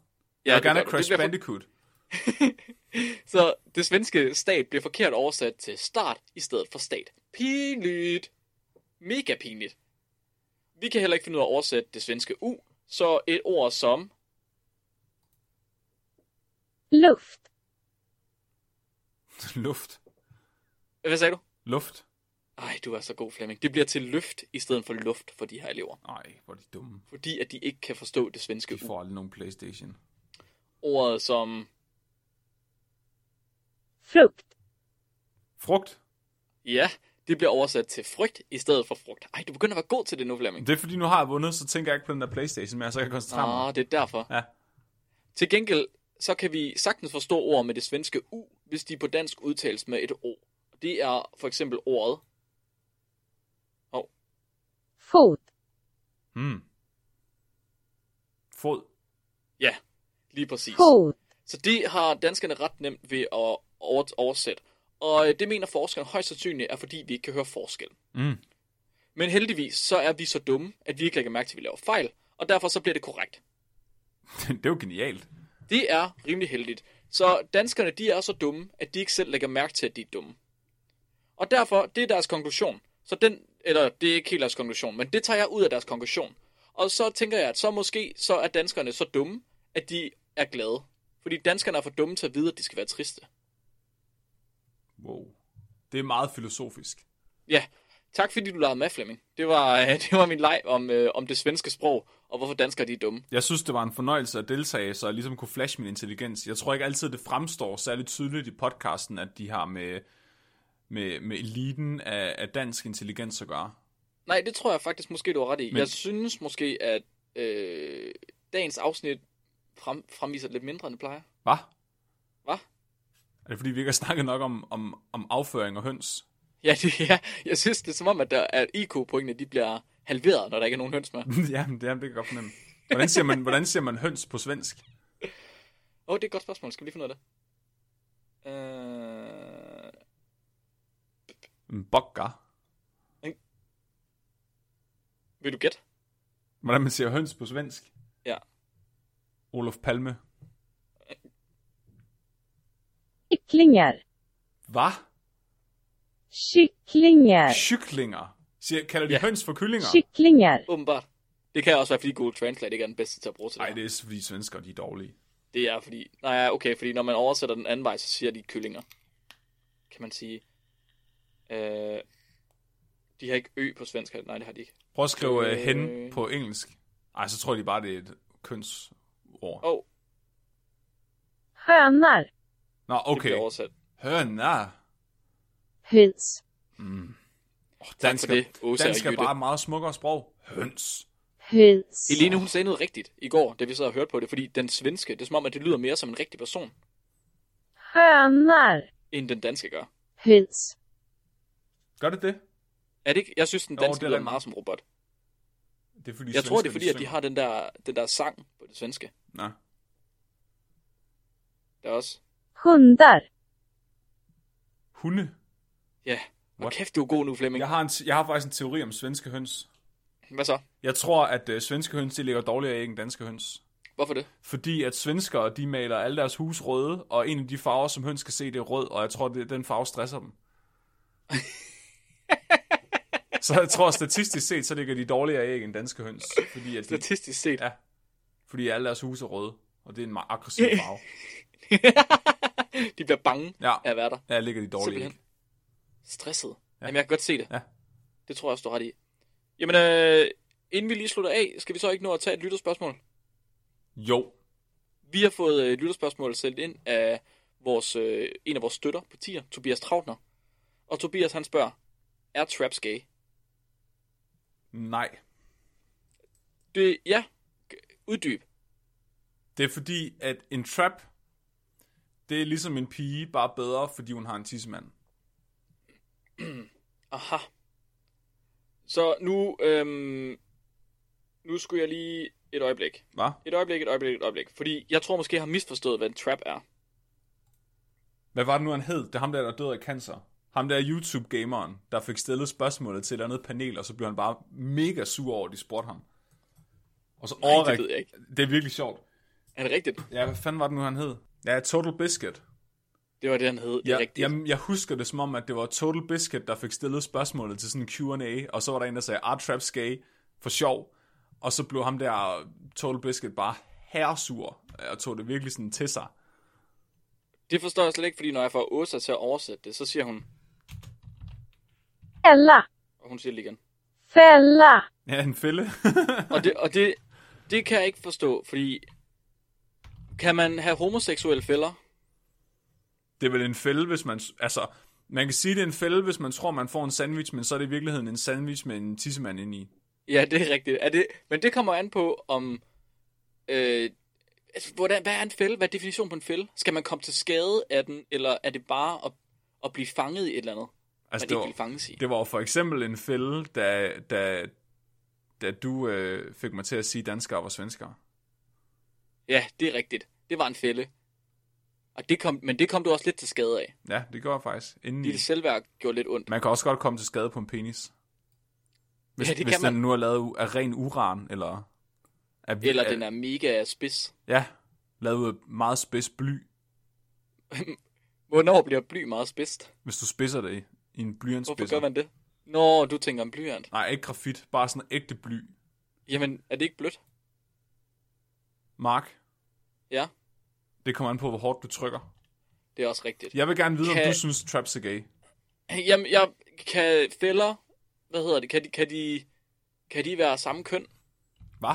[SPEAKER 2] Jeg vil gerne
[SPEAKER 1] det
[SPEAKER 2] have
[SPEAKER 1] gør det.
[SPEAKER 2] Crash
[SPEAKER 1] Det bliver
[SPEAKER 2] Bandicoot. <laughs>
[SPEAKER 1] for... Så det svenske stat bliver forkert oversat til start i stedet for stat. Pinligt. Mega pinligt. Vi kan heller ikke finde ud af at oversætte det svenske u, så et ord som
[SPEAKER 3] Luft.
[SPEAKER 2] Luft.
[SPEAKER 1] Hvad sagde du?
[SPEAKER 2] Luft.
[SPEAKER 1] Ej, du er så god, Flemming. Det bliver til løft i stedet for luft for de her elever.
[SPEAKER 2] Nej, hvor er de dumme.
[SPEAKER 1] Fordi at de ikke kan forstå det svenske
[SPEAKER 2] De
[SPEAKER 1] u.
[SPEAKER 2] får aldrig nogen Playstation.
[SPEAKER 1] Ordet som
[SPEAKER 3] Frukt.
[SPEAKER 2] Frugt.
[SPEAKER 1] Ja, det bliver oversat til frygt i stedet for frugt. Ej, du begynder at være god til det nu, Flemming.
[SPEAKER 2] Det er fordi, nu har jeg vundet, så tænker jeg ikke på den der Playstation mere, så jeg kan koncentrere mig.
[SPEAKER 1] Ah, det er derfor.
[SPEAKER 2] Ja.
[SPEAKER 1] Til gengæld, så kan vi sagtens forstå ord med det svenske u, hvis de på dansk udtales med et o. Det er for eksempel ordet
[SPEAKER 3] Fot.
[SPEAKER 2] Hmm. Fod. <laughs>
[SPEAKER 1] ja, lige præcis.
[SPEAKER 3] Fot.
[SPEAKER 1] Så det har danskerne ret nemt ved at over- oversætte. Og øh, det mener forskerne højst sandsynligt er, fordi vi ikke kan høre forskel.
[SPEAKER 2] Mm.
[SPEAKER 1] Men heldigvis, så er vi så dumme, at vi ikke lægger mærke til, at vi laver fejl, og derfor så bliver det korrekt.
[SPEAKER 2] det er jo genialt.
[SPEAKER 1] Det er rimelig heldigt. Så danskerne, de er så dumme, at de ikke selv lægger mærke til, at de er dumme. Og derfor, det er deres konklusion. Så den, eller det er ikke helt deres konklusion, men det tager jeg ud af deres konklusion. Og så tænker jeg, at så måske, så er danskerne så dumme, at de er glade. Fordi danskerne er for dumme til at vide, at de skal være triste.
[SPEAKER 2] Wow. Det er meget filosofisk.
[SPEAKER 1] Ja, tak fordi du lavede med, Flemming. Det var, <laughs> det var min leg om, øh, om det svenske sprog, og hvorfor danskere de er dumme.
[SPEAKER 2] Jeg synes, det var en fornøjelse at deltage, så jeg ligesom kunne flash min intelligens. Jeg tror ikke altid, det fremstår særligt tydeligt i podcasten, at de har med, med, med eliten af, af dansk intelligens at gøre.
[SPEAKER 1] Nej, det tror jeg faktisk måske, du har ret i.
[SPEAKER 2] Men-
[SPEAKER 1] Men... Jeg synes måske, at øh, dagens afsnit frem, fremviser lidt mindre, end det plejer. <laughs>
[SPEAKER 2] Hvad?
[SPEAKER 1] Hva?
[SPEAKER 2] Er det fordi, vi ikke har snakket nok om, om, om afføring og høns? <laughs>
[SPEAKER 1] Ja, det, ja, jeg synes, det er som om, at, der, at IQ-pointene de bliver halveret, når der ikke er nogen høns med. Åh,
[SPEAKER 2] Jamen, det, er, det kan jeg godt fornemme. Hvordan siger, man, hvordan siger man høns på svensk?
[SPEAKER 1] oh, det er et godt spørgsmål. Skal vi lige finde ud af det? Øh,
[SPEAKER 2] En bokker.
[SPEAKER 1] vil du gætte?
[SPEAKER 2] Hvordan man siger høns på svensk?
[SPEAKER 1] Ja.
[SPEAKER 2] Olof Palme.
[SPEAKER 3] Kycklingar.
[SPEAKER 2] Hvad?
[SPEAKER 3] Kycklingar.
[SPEAKER 2] Kyklinger. Siger, kalder de ja.
[SPEAKER 1] Ja.
[SPEAKER 2] høns for kyllinger?
[SPEAKER 3] Kycklingar.
[SPEAKER 1] Åbenbart. Det kan også være, fordi Google Translate ikke er den bedste til at bruge til
[SPEAKER 2] Nej,
[SPEAKER 1] det.
[SPEAKER 2] det er fordi svenskere, de er dårlige.
[SPEAKER 1] Det er fordi... Nej, ja, okay, fordi når man oversætter den anden vej, så siger de kyllinger. Kan man sige... Øh, de har ikke ø på svensk. Nej, det har de ikke.
[SPEAKER 2] Prøv at skrive øh,
[SPEAKER 1] Øh.
[SPEAKER 2] hen på engelsk. Ej, så tror de bare, det er et kønsord.
[SPEAKER 1] Åh, oh,
[SPEAKER 3] Hönar.
[SPEAKER 2] Nå,
[SPEAKER 1] det bliver
[SPEAKER 2] okay.
[SPEAKER 1] oversat.
[SPEAKER 2] Høna.
[SPEAKER 4] høns,
[SPEAKER 1] for det, Åsa og
[SPEAKER 2] dansk er
[SPEAKER 1] Jytte.
[SPEAKER 2] bare meget smukkere sprog. Høns.
[SPEAKER 4] høns,
[SPEAKER 1] Eline, hun sagde noget rigtigt i går, da vi sad og hørte på det, fordi den svenske, det er som om, at det lyder mere som en rigtig person,
[SPEAKER 3] Hönar.
[SPEAKER 1] end den danske gør.
[SPEAKER 4] høns,
[SPEAKER 2] Gør det det?
[SPEAKER 1] Er det ikke? Jeg synes, den
[SPEAKER 2] Jo,
[SPEAKER 1] danske
[SPEAKER 2] det er
[SPEAKER 1] lyder
[SPEAKER 2] rigtigt.
[SPEAKER 1] meget som robot.
[SPEAKER 2] det er, fordi
[SPEAKER 1] Jeg tror, det er
[SPEAKER 2] svenskerne
[SPEAKER 1] fordi, at de
[SPEAKER 2] synger.
[SPEAKER 1] har den der, den der sang på det svenske.
[SPEAKER 2] Nå.
[SPEAKER 1] Der er også...
[SPEAKER 3] Hundar.
[SPEAKER 2] Hunde.
[SPEAKER 1] Ja, og
[SPEAKER 2] What?
[SPEAKER 1] kæft, du er god nu, Flemming.
[SPEAKER 2] Jeg har, en, te- jeg har faktisk en teori om svenske høns.
[SPEAKER 1] Hvad så?
[SPEAKER 2] Jeg tror, at øh, svenske høns, de ligger dårligere æg end danske høns.
[SPEAKER 1] Hvorfor det?
[SPEAKER 2] Fordi at svenskere, de maler alle deres hus røde, og en af de farver, som høns kan se, det er rød, og jeg tror, det, den farve stresser dem. så jeg tror, statistisk set, så ligger de dårligere æg end danske høns. Fordi, at de,
[SPEAKER 1] Statistisk set.
[SPEAKER 2] ja, fordi alle deres huse er røde, og det er en meget aggressiv farve.
[SPEAKER 1] <laughs> de bliver bange
[SPEAKER 2] Ja,
[SPEAKER 1] af at være der.
[SPEAKER 2] ja ligger de dårligere æg.
[SPEAKER 1] Simpelthen. Stresset. Ja. Jamen, jeg kan godt se det.
[SPEAKER 2] Ja.
[SPEAKER 1] Det tror jeg også, du har ret i. Jamen, øh, inden vi lige slutter af, skal vi så ikke nå at tage et lytterspørgsmål?
[SPEAKER 2] Jo,
[SPEAKER 1] Vi har fået øh, lytterspørgsmål sendt ind af vores, øh, en af vores støtter på tier, Tobias Trautner. Og Tobias, han spørger, er traps gay?
[SPEAKER 2] nej.
[SPEAKER 1] Det, ja, G- uddyb.
[SPEAKER 2] Det er fordi, at en trap, det er ligesom en pige, bare bedre, fordi hun har en tissemand.
[SPEAKER 1] Aha. Så nu, øhm, nu skulle jeg lige et øjeblik.
[SPEAKER 2] Hvad?
[SPEAKER 1] Et øjeblik, et øjeblik, et øjeblik. Fordi jeg tror måske, jeg har misforstået, hvad en trap er.
[SPEAKER 2] Hvad var det nu, han hed? Det er ham der, der døde af cancer. Ham der YouTube-gameren, der fik stillet spørgsmålet til et eller andet panel, og så blev han bare mega sur over, at de spurgte ham. Og så
[SPEAKER 1] Nej, det
[SPEAKER 2] overræk-
[SPEAKER 1] ved jeg ikke.
[SPEAKER 2] Det er virkelig sjovt.
[SPEAKER 1] Er det rigtigt?
[SPEAKER 2] Ja, hvad fanden var det nu, han hed? Ja, Total Biscuit.
[SPEAKER 1] Det var det, han hed. Det er
[SPEAKER 2] Ja,
[SPEAKER 1] rigtigt.
[SPEAKER 2] jeg, jeg husker det som om, at det var Total Biscuit, der fik stillet spørgsmålet til sådan en Q&A, og så var der en, der sagde, Art Traps gay, for sjov. Og så blev ham der Total Biscuit bare herresur, og tog det virkelig sådan til sig.
[SPEAKER 1] Det forstår jeg slet ikke, fordi når jeg får Åsa til at oversætte det, så siger hun,
[SPEAKER 3] Fälla.
[SPEAKER 1] og hun siger det igen.
[SPEAKER 3] Fälla.
[SPEAKER 2] Ja, en fælde. <laughs>
[SPEAKER 1] Og det, og det, det kan jeg ikke forstå, fordi kan man have homoseksuelle fælder?
[SPEAKER 2] det er vel en fælde, hvis man... Altså, man kan sige, det er en fælde, hvis man tror, man får en sandwich, men så er det i virkeligheden en sandwich med en tissemand indeni. Altså,
[SPEAKER 1] Ja, det er rigtigt. Er det, men det kommer an på, om... Øh, altså, hvordan, hvad er en fælde? Hvad er definitionen på en fælde? Skal man komme til skade af den, eller er det bare at, at blive fanget i et eller andet,
[SPEAKER 2] Altså,
[SPEAKER 1] man
[SPEAKER 2] det
[SPEAKER 1] ikke
[SPEAKER 2] var,
[SPEAKER 1] vil fanges i?
[SPEAKER 2] det var jo for eksempel en fælde, da, da, da du øh, fik mig til at sige danskere var svenskere.
[SPEAKER 1] Ja, det er rigtigt. Det var en fælde. Og det kom, men det kom du også lidt til skade af.
[SPEAKER 2] Ja, det gør jeg faktisk. Indeni.
[SPEAKER 1] Dit selvværd gjorde lidt ondt.
[SPEAKER 2] Man kan også godt komme til skade på en penis. Hvis,
[SPEAKER 1] Ja, det
[SPEAKER 2] hvis
[SPEAKER 1] kan
[SPEAKER 2] den
[SPEAKER 1] man.
[SPEAKER 2] nu er lavet u- af ren uran, eller... Er,
[SPEAKER 1] Eller den er mega spids.
[SPEAKER 2] Ja, lavet ud af meget spids bly,
[SPEAKER 1] Hvornår bliver bly meget spidst?
[SPEAKER 2] hvis du spidser det i, i en blyantspidser.
[SPEAKER 1] Hvorfor gør man det? Nå, du tænker om blyant.
[SPEAKER 2] Nej, ikke grafit, bare sådan ægte bly.
[SPEAKER 1] Jamen, er det ikke blødt?
[SPEAKER 2] Mark,
[SPEAKER 1] Ja,
[SPEAKER 2] Det kommer an på, hvor hårdt du trykker.
[SPEAKER 1] det er også rigtigt.
[SPEAKER 2] Jeg vil gerne vide, kan... om
[SPEAKER 1] Kan-
[SPEAKER 2] du synes, traps er gay.
[SPEAKER 1] Jamen, jeg kan fælder... Hvad hedder det? Kan de, kan de, kan de være samme køn?
[SPEAKER 2] Hvad?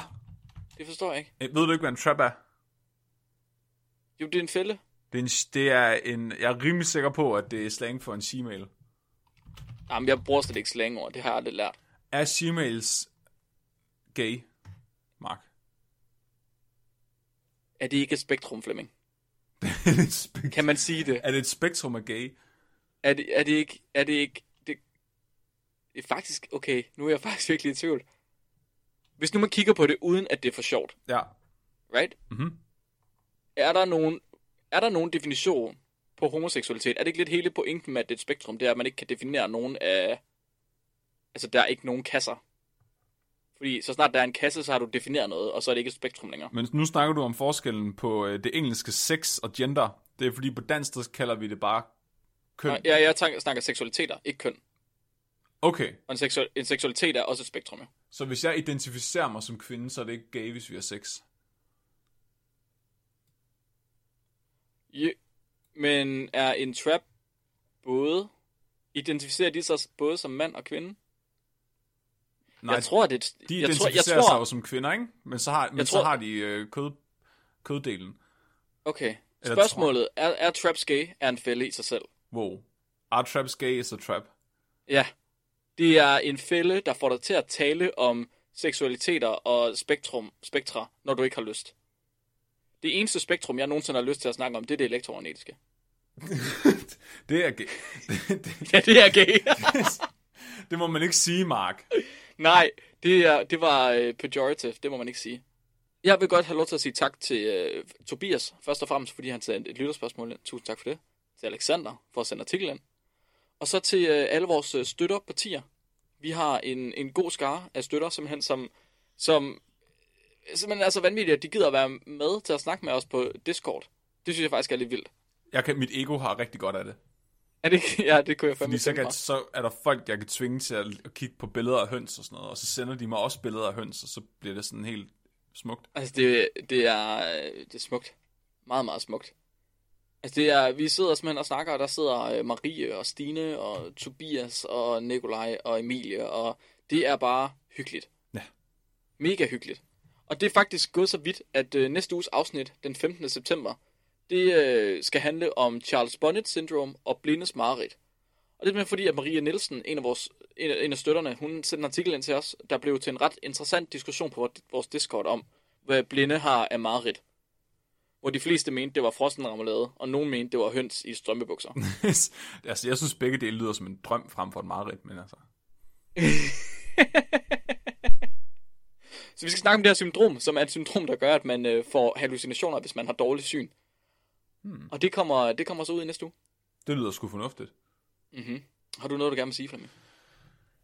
[SPEAKER 1] Det forstår jeg ikke.
[SPEAKER 2] Øh, Ved du ikke, hvad en trap er?
[SPEAKER 1] Jo, det er en fælde.
[SPEAKER 2] Det er, en, det er en, jeg er rimelig sikker på, at det er slang for en shemale.
[SPEAKER 1] Jamen, jeg bruger slet ikke slangord. Det har jeg aldrig lært.
[SPEAKER 2] Er shemales gay, Mark?
[SPEAKER 1] Er det ikke et spektrum, Flemming?
[SPEAKER 2] Det <laughs> er et spek-
[SPEAKER 1] Kan man sige det?
[SPEAKER 2] er det et spektrum af gay?
[SPEAKER 1] Er det, er det ikke... Er det ikke... Det, det er faktisk... Okay, nu er jeg <laughs> faktisk virkelig i tvivl. Hvis nu man kigger på det, uden at det er for sjovt,
[SPEAKER 2] Ja.
[SPEAKER 1] right?
[SPEAKER 2] Mhm.
[SPEAKER 1] Er der nogen, er der nogen definition på homoseksualitet? Er det ikke lidt hele pointen med, at det er et spektrum, det er, at man ikke kan definere nogen af... Altså, der er ikke nogen kasser. Fordi så snart der er en kasse, så har du defineret noget, og så er det ikke et spektrum længere.
[SPEAKER 2] Men nu snakker du om forskellen på øh, det engelske sex og gender. Det er fordi, på dansk, der kalder vi det bare køn.
[SPEAKER 1] Nå, Ja, jeg tænker, snakker seksualiteter, ikke køn.
[SPEAKER 2] Okay,
[SPEAKER 1] Og en, seksual, en seksualitet er også et spektrum, ja.
[SPEAKER 2] så hvis jeg identificerer mig som kvinde, så er det ikke gay, hvis vi har sex.
[SPEAKER 1] Je, men er en trap både... Identificerer de sig både som mand og kvinde?
[SPEAKER 2] Nej,
[SPEAKER 1] jeg tror, det er et,
[SPEAKER 2] De
[SPEAKER 1] jeg tror,
[SPEAKER 2] identificerer
[SPEAKER 1] jeg
[SPEAKER 2] sig
[SPEAKER 1] tror,
[SPEAKER 2] jo som kvinder, ikke? Men så har, men
[SPEAKER 1] Jeg
[SPEAKER 2] så
[SPEAKER 1] tror-
[SPEAKER 2] har de øh, kød, køddelen.
[SPEAKER 1] Okay.
[SPEAKER 2] Eller
[SPEAKER 1] Spørgsmålet, er, er traps gay, er en fælde i sig selv?
[SPEAKER 2] Wow. Are traps gay is a
[SPEAKER 1] <laughs>
[SPEAKER 2] trap?
[SPEAKER 1] Ja. Det er en fælde, der får dig til at tale om seksualiteter og spektrum, spektra, når du ikke har lyst. Det eneste spektrum, jeg nogensinde har lyst til at snakke om, det er det elektromagnetiske.
[SPEAKER 2] det er gay. <laughs> Det,
[SPEAKER 1] <laughs>
[SPEAKER 2] det,
[SPEAKER 1] Ja, det er gay.
[SPEAKER 2] det må man ikke sige, Mark.
[SPEAKER 1] Nej, det, er, det var øh, pejorative, det må man ikke sige. Jeg vil godt have lov til at sige tak til øh, Tobias, først og fremmest, fordi han sendte et lytterspørgsmål ind. Tusind tak for det. Til Alexander for at sende artiklen ind. Og så til øh, alle vores øh, støtterpartier. Vi har en, en god skare af støtter, simpelthen, som, som øh, simpelthen er så vanvittige, at de gider at være med til at snakke med os på Discord. Det synes jeg faktisk er lidt vildt.
[SPEAKER 2] Jeg kan, mit ego har rigtig godt af det.
[SPEAKER 1] Er det ikke? <laughs> Ja, det kunne jeg fandme
[SPEAKER 2] Fordi så,
[SPEAKER 1] tænke
[SPEAKER 2] kan,
[SPEAKER 1] mig.
[SPEAKER 2] så er der folk, jeg kan tvinge til at, at kigge på billeder af høns og sådan noget, og så sender de mig også billeder af høns, og så bliver det sådan helt smukt. <laughs>
[SPEAKER 1] Altså, det, det, er, øh, det er smukt. Meget, meget smukt. Altså, det er, vi sidder simpelthen og snakker, og der sidder øh, Marie og Stine og Tobias og Nikolaj og Emilie, og det er bare hyggeligt.
[SPEAKER 2] Ja.
[SPEAKER 1] Mega hyggeligt. Og det er faktisk gået så vidt, at øh, næste uges afsnit, den 15. september, det øh, skal handle om Charles Bonnet syndrom og blindes mareridt. Og det er simpelthen fordi, at Maria Nielsen, en af, vores, en, af- en af støtterne, hun sendte en artikel ind til os, der blev til en ret interessant diskussion på vores- vores Discord om, hvad blinde har af mareridt. Hvor de fleste mente, det var frossen remoulade, og nogen mente, det var høns i strømpebukser.
[SPEAKER 2] altså, jeg synes begge dele lyder som en drøm frem for et mareridt, men altså...
[SPEAKER 1] Så vi skal snakke om det her syndrom, som er et syndrom, der gør, at man øh, får hallucinationer, hvis man har dårlig syn. Hmm. Og det kommer, det kommer så ud i næste uge.
[SPEAKER 2] Det lyder sgu fornuftigt.
[SPEAKER 1] Mm-hmm. Har du noget, du gerne vil sige, Flemming?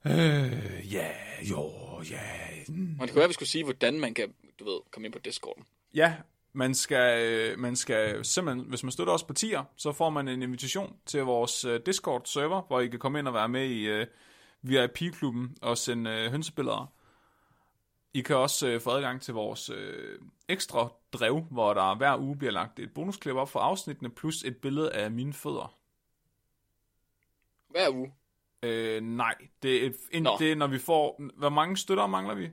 [SPEAKER 2] Øh, ja, jo, ja. mm.
[SPEAKER 1] Og det kunne være, at vi skulle sige, hvordan man kan, du ved, komme ind på Discorden.
[SPEAKER 2] Ja, man skal, øh, man skal simpelthen, hvis man støtter os partier, så får man en invitation til vores øh, Discord-server, hvor I kan komme ind og være med i øh, VIP-klubben og sende øh, hønsebilleder. I kan også øh, få adgang til vores øh, ekstra drev, hvor der hver uge bliver lagt et bonusklip op for afsnittene, plus et billede af mine fødder.
[SPEAKER 1] Hver uge.
[SPEAKER 2] Øh, nej, det er, et, en,
[SPEAKER 1] Nå.
[SPEAKER 2] det er, når vi får... Hvor mange støtter mangler vi?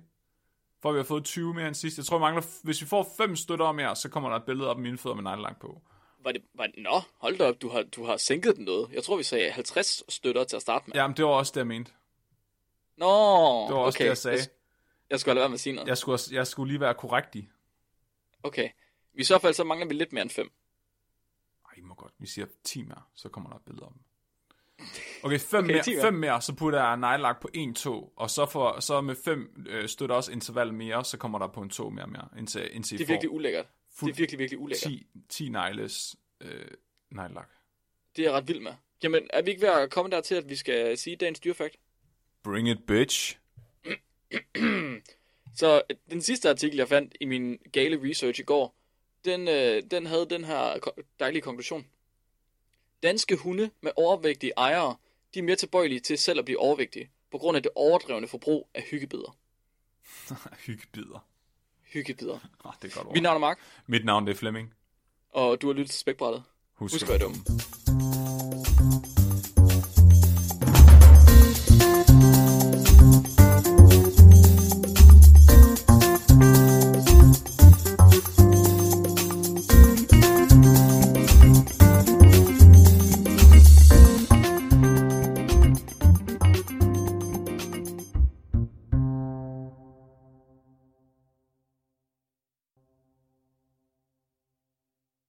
[SPEAKER 2] For vi har fået 20 mere end sidst. Jeg tror, vi mangler... Hvis vi får 5 støtter mere, så kommer der et billede op af mine fødder med neglelak på.
[SPEAKER 1] Var det, var det, nå, hold da op, du har, du har sænket den noget. Jeg tror, vi sagde 50 støtter til at starte med.
[SPEAKER 2] Ja, men det var også det, jeg mente.
[SPEAKER 1] Nå,
[SPEAKER 2] Det var også
[SPEAKER 1] okay.
[SPEAKER 2] det, jeg sagde.
[SPEAKER 1] Jeg, jeg skulle have lade være med at sige noget.
[SPEAKER 2] Jeg skulle, også- jeg skulle lige være korrekt i.
[SPEAKER 1] Okay. I så fald, så mangler vi lidt mere end 5.
[SPEAKER 2] Ej, I må godt. Vi siger 10 mere, så kommer der et billede op. Okay, 5
[SPEAKER 1] Okay,
[SPEAKER 2] okay,
[SPEAKER 1] 10
[SPEAKER 2] mere,
[SPEAKER 1] mere.
[SPEAKER 2] fem mere, så putter jeg neglelak på en tog, og så, for, så med 5 øh, støtter også interval mere, så kommer der på en tog mere og mere, indtil, indtil
[SPEAKER 1] Det er
[SPEAKER 2] I får
[SPEAKER 1] virkelig ulækkert. Det er virkelig, virkelig ulækkert.
[SPEAKER 2] 10, 10 negles øh, neglelak.
[SPEAKER 1] Det er jeg ret vild med. Jamen, er vi ikke ved at komme dertil, at vi skal sige dagens dyrfakt?
[SPEAKER 2] Bring it, bitch. <laughs>
[SPEAKER 1] Så øh, den sidste artikel, jeg fandt i min gale research i går, den, øh, den havde den her ko- dejlige konklusion. Danske hunde med overvægtige ejere, de er mere tilbøjelige til selv at blive overvægtige, på grund af det overdrevne forbrug af hyggebider.
[SPEAKER 2] Hyggebider.
[SPEAKER 1] Hyggebider.
[SPEAKER 2] Oh, det er godt ord.
[SPEAKER 1] Mit navn er Mark,
[SPEAKER 2] Mit navn det er Flemming.
[SPEAKER 1] og du har lyttet til Spækbrættet. Husk at være dumme.
[SPEAKER 2] dumme.